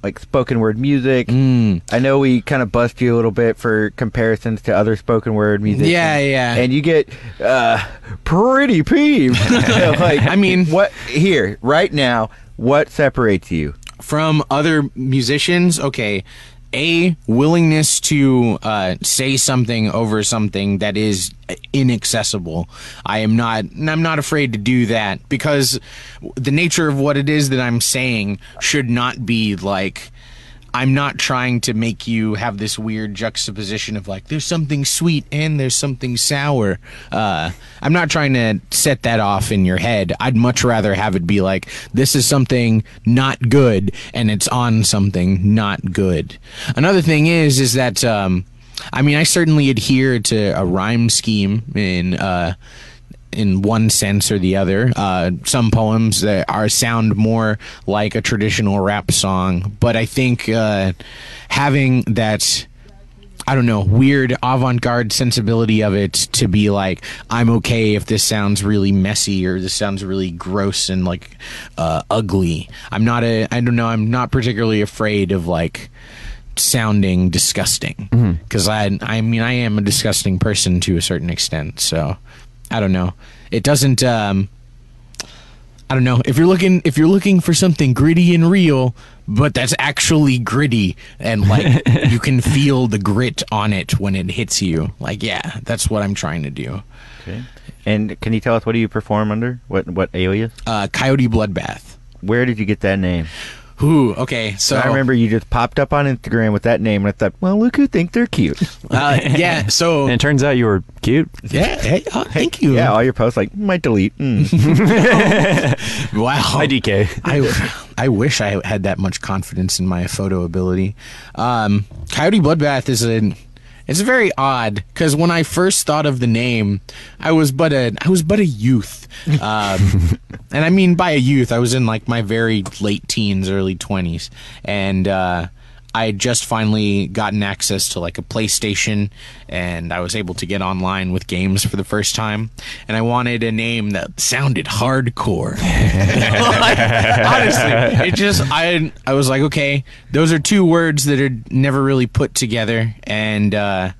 [SPEAKER 1] like spoken word music?
[SPEAKER 2] Mm.
[SPEAKER 1] I know we kind of bust you a little bit for comparisons to other spoken word music.
[SPEAKER 3] Yeah,
[SPEAKER 1] and,
[SPEAKER 3] yeah.
[SPEAKER 1] And you get uh pretty peeved. So, like,
[SPEAKER 3] I mean-
[SPEAKER 1] what here right now? What separates you?
[SPEAKER 3] from other musicians, okay, a willingness to uh, say something over something that is inaccessible. I am not, and I'm not afraid to do that because the nature of what it is that I'm saying should not be like. I'm not trying to make you have this weird juxtaposition of like there's something sweet and there's something sour. Uh, I'm not trying to set that off in your head. I'd much rather have it be like this is something not good and it's on something not good. Another thing is is that um, I mean I certainly adhere to a rhyme scheme in. Uh, in one sense or the other. Uh, some poems that are sound more like a traditional rap song, but I think uh, having that. I don't know, weird avant garde sensibility of it to be like, I'm okay if this sounds really messy or this sounds really gross and like uh, ugly. I'm not a, I don't know, I'm not particularly afraid of like sounding disgusting because I, I mean, I am a disgusting person to a certain extent. So I don't know. It doesn't, um, I don't know if you're looking if you're looking for something gritty and real, but that's actually gritty and like you can feel the grit on it when it hits you. Like yeah, that's what I'm trying to do.
[SPEAKER 1] And can you tell us what do you perform under? What what alias?
[SPEAKER 3] Uh, Coyote Bloodbath.
[SPEAKER 1] Where did you get that name?
[SPEAKER 3] Who? Okay, so
[SPEAKER 1] I remember you just popped up on Instagram with that name, and I thought, well, look who think they're cute.
[SPEAKER 3] Uh, yeah, so
[SPEAKER 2] And it turns out you were cute.
[SPEAKER 3] yeah, hey, oh, thank you.
[SPEAKER 1] yeah, all your posts like might delete. Mm.
[SPEAKER 3] Wow.
[SPEAKER 2] IDK.
[SPEAKER 3] I, I wish I had that much confidence in my photo ability. Um, Coyote Bloodbath is an it's very odd because when I first thought of the name, I was but a I was but a youth, um, and I mean by a youth, I was in like my very late teens, early twenties, and uh, I had just finally gotten access to like a PlayStation, and I was able to get online with games for the first time, and I wanted a name that sounded hardcore. Like, honestly, it just I I was like, okay, those are two words that are never really put together, and uh,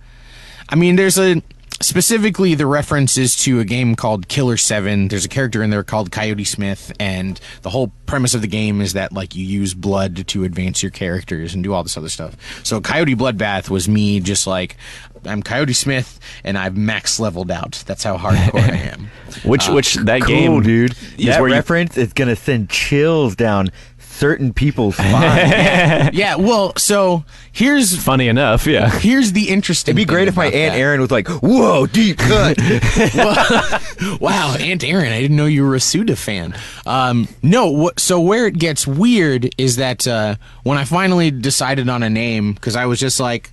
[SPEAKER 3] I mean, there's a specifically the reference is to a game called Killer Seven. There's a character in there called Coyote Smith, and the whole premise of the game is that like you use blood to advance your characters and do all this other stuff. So Coyote Bloodbath was me just like. I'm Coyote Smith, and I've max leveled out. That's how hardcore I am.
[SPEAKER 2] Which which that
[SPEAKER 1] cool,
[SPEAKER 2] game
[SPEAKER 1] dude.
[SPEAKER 2] is
[SPEAKER 1] that
[SPEAKER 2] where you-
[SPEAKER 1] reference is gonna send chills down certain people's spines.
[SPEAKER 3] yeah, well, so here's
[SPEAKER 2] funny enough, yeah.
[SPEAKER 3] Here's the interesting.
[SPEAKER 1] It'd be great
[SPEAKER 3] thing
[SPEAKER 1] if my
[SPEAKER 3] about
[SPEAKER 1] aunt
[SPEAKER 3] that.
[SPEAKER 1] Erin was like, "Whoa, deep cut."
[SPEAKER 3] wow, Aunt Erin, I didn't know you were a Suda fan. Um, no, wh- so where it gets weird is that uh, when I finally decided on a name, because I was just like,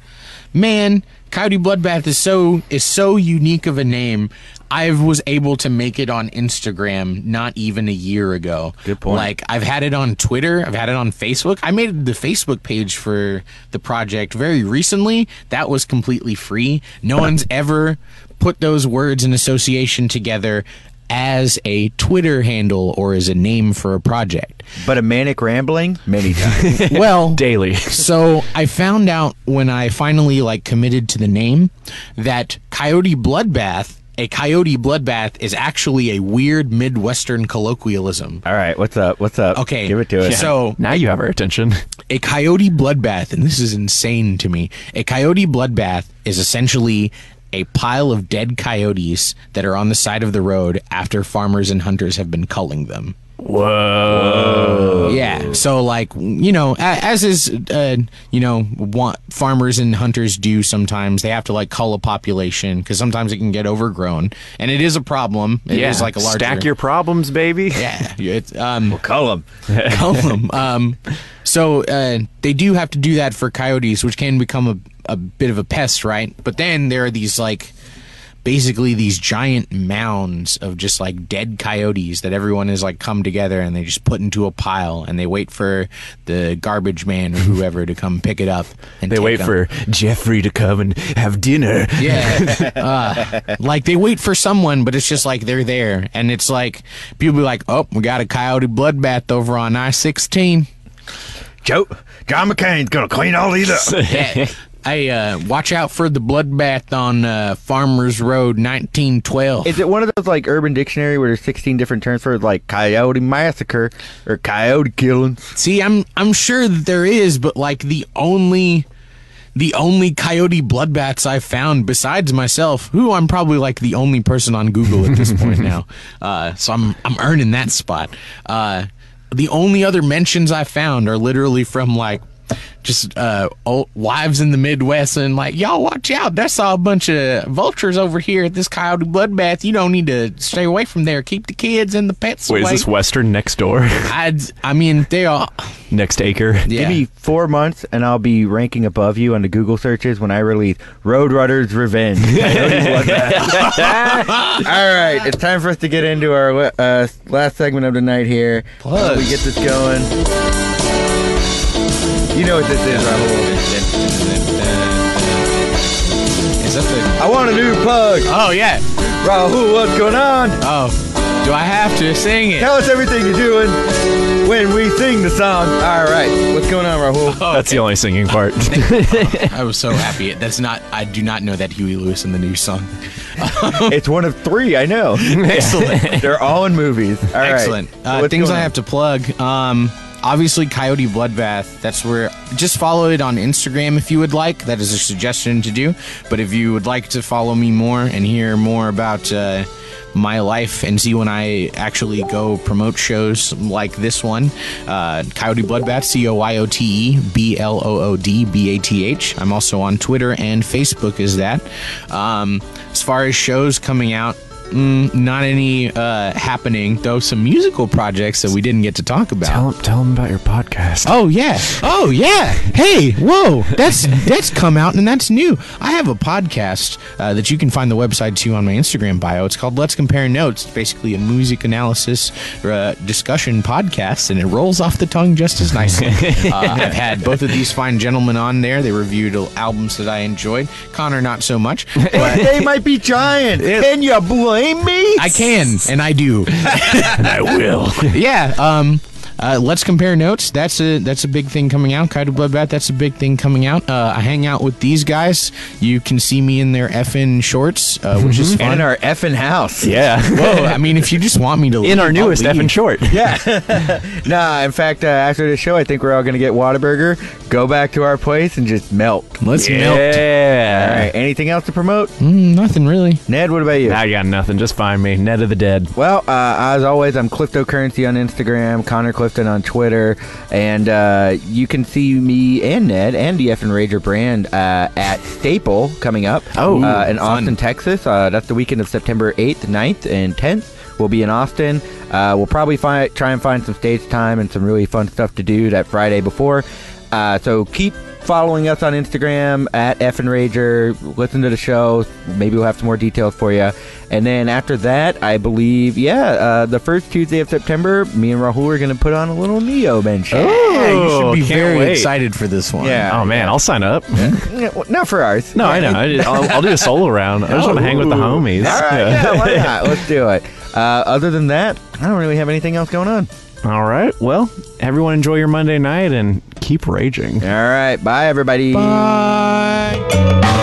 [SPEAKER 3] man, Coyote Bloodbath is so is so unique of a name. I was able to make it on Instagram not even a year ago.
[SPEAKER 1] Good point.
[SPEAKER 3] Like I've had it on Twitter, I've had it on Facebook. I made the Facebook page for the project very recently. That was completely free. No one's ever put those words in association together as a Twitter handle or as a name for a project.
[SPEAKER 1] but a manic rambling many times.
[SPEAKER 3] Well,
[SPEAKER 2] Daily.
[SPEAKER 3] so I found out when I finally like committed to the name that Coyote Bloodbath, a Coyote Bloodbath is actually a weird Midwestern colloquialism.
[SPEAKER 1] All right, what's up? What's up?
[SPEAKER 3] Okay.
[SPEAKER 1] give it to us.
[SPEAKER 3] So
[SPEAKER 2] Now you have our attention.
[SPEAKER 3] a coyote bloodbath, and this is insane to me. A coyote bloodbath is essentially a pile of dead coyotes that are on the side of the road after farmers and hunters have been culling them.
[SPEAKER 2] Whoa.
[SPEAKER 3] Yeah. So, like, you know, a- as is, uh, you know, want farmers and hunters do sometimes, they have to like cull a population because sometimes it can get overgrown, and it is a problem. It is
[SPEAKER 2] yeah.
[SPEAKER 3] like a larger
[SPEAKER 2] Stack your problems, baby.
[SPEAKER 3] yeah. It's um,
[SPEAKER 1] call him.
[SPEAKER 3] call them. Um, so uh, they do have to do that for coyotes, which can become a, a bit of a pest, right? But then there are these like basically these giant mounds of just like dead coyotes that everyone has like come together and they just put into a pile and they wait for the garbage man or whoever to come pick it up and
[SPEAKER 2] They
[SPEAKER 3] take
[SPEAKER 2] wait
[SPEAKER 3] them.
[SPEAKER 2] for Jeffrey to come and have dinner.
[SPEAKER 3] Yeah. uh, like they wait for someone, but it's just like they're there. And it's like people be like, oh, we got a coyote bloodbath over on I 16.
[SPEAKER 1] Joe, John McCain's gonna clean all these up.
[SPEAKER 3] Yeah. Hey, uh, watch out for the bloodbath on uh, Farmers Road, 1912.
[SPEAKER 1] Is it one of those like Urban Dictionary where there's 16 different terms for it, like coyote massacre or coyote killing?
[SPEAKER 3] See, I'm I'm sure that there is, but like the only the only coyote bloodbaths I've found besides myself, who I'm probably like the only person on Google at this point now. Uh, so I'm I'm earning that spot. Uh, the only other mentions I found are literally from like just uh old wives in the Midwest and like y'all watch out. That's all a bunch of vultures over here at this coyote bloodbath. You don't need to stay away from there. Keep the kids and the pets
[SPEAKER 2] Wait,
[SPEAKER 3] away.
[SPEAKER 2] is this Western next door?
[SPEAKER 3] I'd, I mean, they are.
[SPEAKER 2] next acre?
[SPEAKER 1] Give
[SPEAKER 3] Yeah.
[SPEAKER 1] me four months and I'll be ranking above you on the Google searches when I release Road Runner's Revenge. Coyote bloodbath. All right, it's time for us to get into our uh, last segment of the night here.
[SPEAKER 3] Plugs.
[SPEAKER 1] We get this going. You know what this is, Raul.
[SPEAKER 3] Is that the?
[SPEAKER 1] I want a new plug.
[SPEAKER 3] Oh yeah.
[SPEAKER 1] Rahul, what's going on?
[SPEAKER 3] Oh, do I have to sing it?
[SPEAKER 1] Tell us everything you're doing when we sing the song. All right, what's going on, Rahul?
[SPEAKER 2] That's the only singing part.
[SPEAKER 3] I was so happy. That's not. I do not know that Huey Lewis in the new song.
[SPEAKER 1] it's one of three, I know.
[SPEAKER 3] Excellent.
[SPEAKER 1] They're all in movies. All right.
[SPEAKER 3] Excellent.
[SPEAKER 1] So
[SPEAKER 3] Uh,
[SPEAKER 1] what's
[SPEAKER 3] things
[SPEAKER 1] going
[SPEAKER 3] I
[SPEAKER 1] on?
[SPEAKER 3] have to plug. Um, obviously Coyote Bloodbath. That's where. Just follow it on Instagram if you would like. That is a suggestion to do. But if you would like to follow me more and hear more about uh, my life and see when I actually go promote shows like this one, uh, Coyote Bloodbath, C O Y O T E B L O O D B A T H. I'm also on Twitter and Facebook. Is that? Um, as far as shows coming out. Mm, not any uh, happening, though some musical projects that we didn't get to talk about.
[SPEAKER 2] Tell them, about your podcast.
[SPEAKER 3] Oh yeah. Oh yeah. Hey, whoa. That's that's come out and that's new. I have a podcast uh, that you can find the website to on my Instagram bio. It's called Let's Compare Notes. It's basically a music analysis or uh, discussion podcast, and it rolls off the tongue just as nicely. uh, I've had both of these fine gentlemen on there. They reviewed al- albums that I enjoyed. Connor, not so much. But
[SPEAKER 1] they might be giant. Can you blame me?
[SPEAKER 3] I can and I do.
[SPEAKER 2] I will.
[SPEAKER 3] yeah. Um, uh, let's compare notes. That's a that's a big thing coming out. Kaido Bloodbath. That's a big thing coming out. Uh, I hang out with these guys. You can see me in their effing shorts, uh, which
[SPEAKER 2] Mm-hmm.
[SPEAKER 3] is
[SPEAKER 1] And
[SPEAKER 3] fun.
[SPEAKER 1] in our effing house.
[SPEAKER 2] Yeah.
[SPEAKER 3] Whoa! I mean, if you just want me to, leave,
[SPEAKER 2] In our
[SPEAKER 3] I'll
[SPEAKER 2] newest
[SPEAKER 3] leave.
[SPEAKER 2] effing short.
[SPEAKER 1] Yeah. nah, in fact, uh, after the show, I think we're all going to get Whataburger, go back to our place, and just melt.
[SPEAKER 3] Let's melt.
[SPEAKER 1] All
[SPEAKER 2] Yeah.
[SPEAKER 1] right. Anything else to promote?
[SPEAKER 3] Mm, nothing really.
[SPEAKER 1] Ned, what about you?
[SPEAKER 2] Now you got nothing. Just find me. Net of the dead.
[SPEAKER 1] Well, uh, as always, I'm Cliftocurrency on Instagram, Connor Clifton on Twitter, and uh, you can see me and Ned and the F and Rager brand uh, at Staple coming up.
[SPEAKER 2] Oh,
[SPEAKER 1] uh, in
[SPEAKER 3] fun.
[SPEAKER 1] Austin, Texas. Uh, that's the weekend of September 8th, 9th, and 10th. We'll be in Austin. Uh, we'll probably find try and find some stage time and some really fun stuff to do that Friday before. Uh, so keep following us on Instagram at F and Rager. Listen to the show. Maybe we'll have some more details for you. And then after that, I believe, yeah, uh, the first Tuesday of September, me and Rahul are going to put on a little Neo bench.
[SPEAKER 3] Yeah, you
[SPEAKER 2] Oh,
[SPEAKER 3] should be
[SPEAKER 2] can't
[SPEAKER 3] very
[SPEAKER 2] wait.
[SPEAKER 3] excited for this one.
[SPEAKER 1] Yeah.
[SPEAKER 2] Oh man, I'll sign up.
[SPEAKER 1] Yeah, well, Not for ours.
[SPEAKER 2] No, I know. I, I'll, I'll do a solo round. I just want to hang with the homies.
[SPEAKER 1] All right, yeah, why not? Let's do it. Uh, other than that, I don't really have anything else going on.
[SPEAKER 2] All right. Well, everyone enjoy your Monday night and keep raging.
[SPEAKER 3] Uh,
[SPEAKER 1] All right, bye everybody.
[SPEAKER 3] Bye.